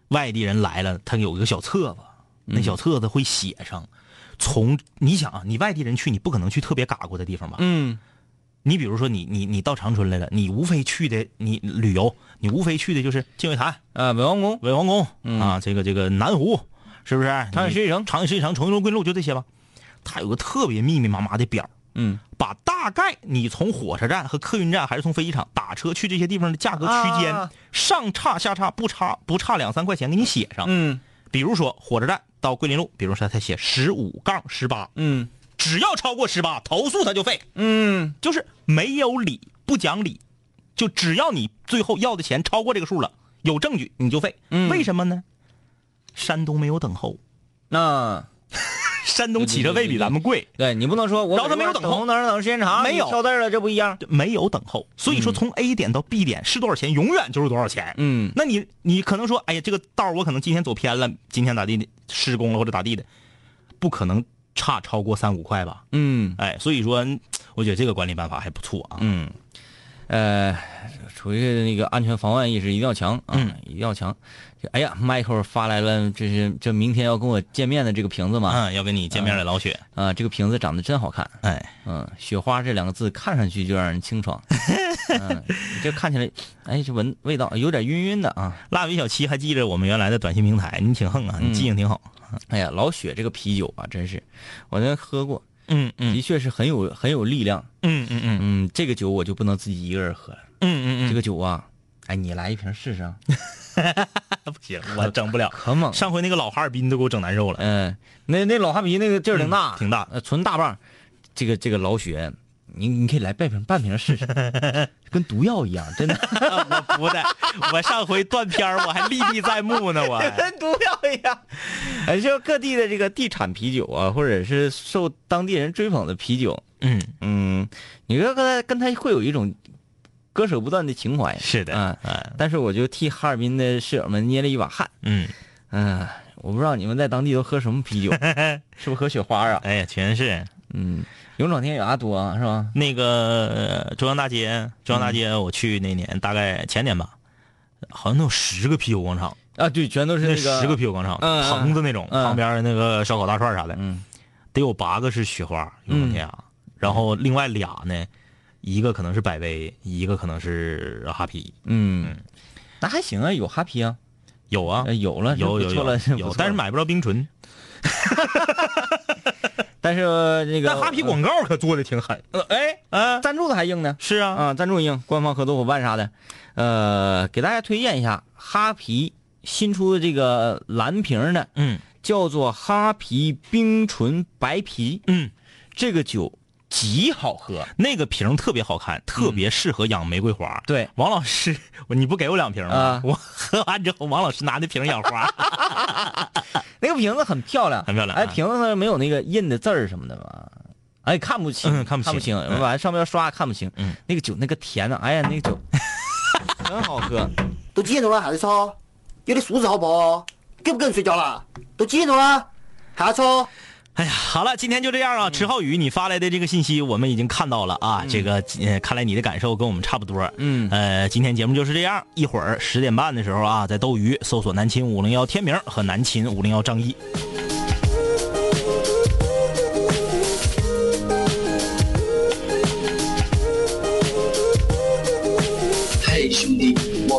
Speaker 3: 外地人来了，他有一个小册子，
Speaker 5: 嗯
Speaker 3: 那小册子会写上，从你想啊，你外地人去，你不可能去特别嘎咕的地方吧？
Speaker 5: 嗯
Speaker 3: 你比如说你你你到长春来了，你无非去的你旅游，你无非去的就是净月潭，
Speaker 5: 啊，伪王宫，
Speaker 3: 伪王宫、
Speaker 5: 嗯
Speaker 3: 啊，这个这个南湖是不是？长
Speaker 5: 野
Speaker 3: 水城，长野水城、重庆龙归路就这些吧。它有个特别密密麻麻的表，
Speaker 5: 嗯，
Speaker 3: 把大概你从火车站和客运站还是从飞机场打车去这些地方的价格区间，
Speaker 5: 啊
Speaker 3: 上差下差不差不差两三块钱给你写上。
Speaker 5: 嗯
Speaker 3: 比如说火车站到桂林路，比如说他写十五杠十八，
Speaker 5: 嗯
Speaker 3: 只要超过十八，投诉他就废，
Speaker 5: 嗯
Speaker 3: 就是没有理，不讲理，就只要你最后要的钱超过这个数了，有证据你就废。
Speaker 5: 嗯
Speaker 3: 为什么呢？山东没有等候，，
Speaker 5: 那
Speaker 3: 山东起车费比咱们贵，
Speaker 5: 对你不能说我
Speaker 3: 然后他没有等
Speaker 5: 等
Speaker 3: 候
Speaker 5: 红灯儿等时间长，
Speaker 3: 没有
Speaker 5: 跳字儿了，这不一样。
Speaker 3: 没有等候。所以说，从 A 点到 B 点是多少钱，永远就是多少钱。
Speaker 5: 嗯
Speaker 3: 那你你可能说，哎呀，这个道儿我可能今天走偏了，今天咋地的施工了或者咋地的，不可能差超过三五块吧？
Speaker 5: 嗯
Speaker 3: 哎，所以说，我觉得这个管理办法还不错啊。
Speaker 5: 嗯，呃，处于那个安全防范意识一定要强啊，一定要强。这哎呀，Michael 发来了，这是这明天要跟我见面的这个瓶子嘛？
Speaker 3: 啊，要跟你见面的老雪，
Speaker 5: 啊，这个瓶子长得真好看。
Speaker 3: 哎，
Speaker 5: 嗯，雪花这两个字看上去就让人 清爽。嗯，这看起来，哎，这闻味道有点晕晕的啊。
Speaker 3: 蜡笔小七还记着我们原来的短信平台，你挺横啊，你记性挺好。
Speaker 5: 哎呀，老雪这个啤酒啊，真是，我那天喝过，
Speaker 3: 嗯
Speaker 5: 的确是很有很有力量。
Speaker 3: 嗯嗯嗯
Speaker 5: 嗯，这个酒我就不能自己一个人喝了。
Speaker 3: 嗯
Speaker 5: 这个酒啊，哎，你来一瓶试试啊，
Speaker 3: 嗯，不行，我整不了。
Speaker 5: 可猛了。
Speaker 3: 上回那个老哈尔滨都给我整难受了，
Speaker 5: 嗯，那那老哈啤那个劲儿挺大，
Speaker 3: 嗯挺大。
Speaker 5: 呃，纯大棒。这个这个老雪，你你可以来半瓶半 瓶试试，跟毒药一样，真的
Speaker 3: 我不 带，我上回断片儿我还历历在目 呢，我还。
Speaker 5: 跟毒药 一样。哎，就各地的这个地产啤酒啊，或者是受当地人追捧的啤酒，
Speaker 3: 嗯，
Speaker 5: 嗯，你说跟他跟他会有一种割舍不断的情怀。
Speaker 3: 是的，
Speaker 5: 啊、
Speaker 3: 哎
Speaker 5: 但是我就替哈尔滨的室友们捏了一把汗。
Speaker 3: 嗯，
Speaker 5: 嗯、我不知道你们在当地都喝什 么啤酒，是不是喝雪花啊？
Speaker 3: 哎呀，全是
Speaker 5: 嗯，勇闯天涯多啊，是吧？
Speaker 3: 那个呃中央大街，中央大街，我去那年大概前年吧，好像能有十个啤酒广场，
Speaker 5: 啊，对，全都是
Speaker 3: 那
Speaker 5: 那个
Speaker 3: 十个啤酒广场，
Speaker 5: 嗯嗯
Speaker 3: 棚子那种，
Speaker 5: 嗯
Speaker 3: 旁边那个烧烤大串啥的，
Speaker 5: 嗯，
Speaker 3: 得有八个是雪花，有种天涯，啊然后另外俩呢，一个可能是百威，一个可能是哈啤，
Speaker 5: 嗯，那还行啊，有哈啤啊，
Speaker 3: 有啊
Speaker 5: 呃，有了，
Speaker 3: 有
Speaker 5: 这
Speaker 3: 有
Speaker 5: 不错了，
Speaker 3: 有
Speaker 5: 这不
Speaker 3: 有，
Speaker 5: 错
Speaker 3: 但是
Speaker 5: 了
Speaker 3: 买不着冰醇，
Speaker 5: 但是呃那个
Speaker 3: 但哈啤广告可做的挺狠，
Speaker 5: 呃哎
Speaker 3: 啊，
Speaker 5: 赞助的还硬呢
Speaker 3: 是啊，
Speaker 5: 啊，赞助硬，官方合作伙伴啥的，呃，给大家推荐一下哈啤新出的这个蓝瓶的，
Speaker 3: 嗯
Speaker 5: 叫做哈啤冰醇白啤，
Speaker 3: 嗯，
Speaker 5: 这个酒极好喝，
Speaker 3: 那个瓶儿特别好看，特别适合养玫瑰花，
Speaker 5: 嗯对，
Speaker 3: 王老师， 我你不给我两瓶吗？
Speaker 5: 啊
Speaker 3: 我喝完之后，王老师拿那瓶养花，
Speaker 5: 那个瓶子很漂亮，
Speaker 3: 很漂亮
Speaker 5: 哎，
Speaker 3: 啊
Speaker 5: 瓶子上没有那个印的字儿什么的吧？哎，看不清，
Speaker 3: 嗯看不清
Speaker 5: 不清，
Speaker 3: 嗯
Speaker 5: 完、上面刷看不清。
Speaker 3: 嗯，
Speaker 5: 那个酒那个甜呐、哎呀，那个 酒很好喝。
Speaker 11: 都几点钟了还在吵？有点素质好不好？跟不跟人睡觉了？都几点钟了还要吵？
Speaker 3: 哎呀，好了，今天就这样
Speaker 5: 嗯
Speaker 3: 啊。池浩宇，你发来的这个信息我们已经看到了啊。这个，呃，看来你的感受跟我们差不多。
Speaker 5: 嗯
Speaker 3: 呃，今天节目就是这样。一会儿十点半的时候啊，在斗鱼搜索“南秦五零幺天明”和“南秦五零幺张一”。
Speaker 12: 嘿，兄弟，我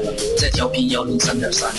Speaker 12: 了，在调频幺零三点三。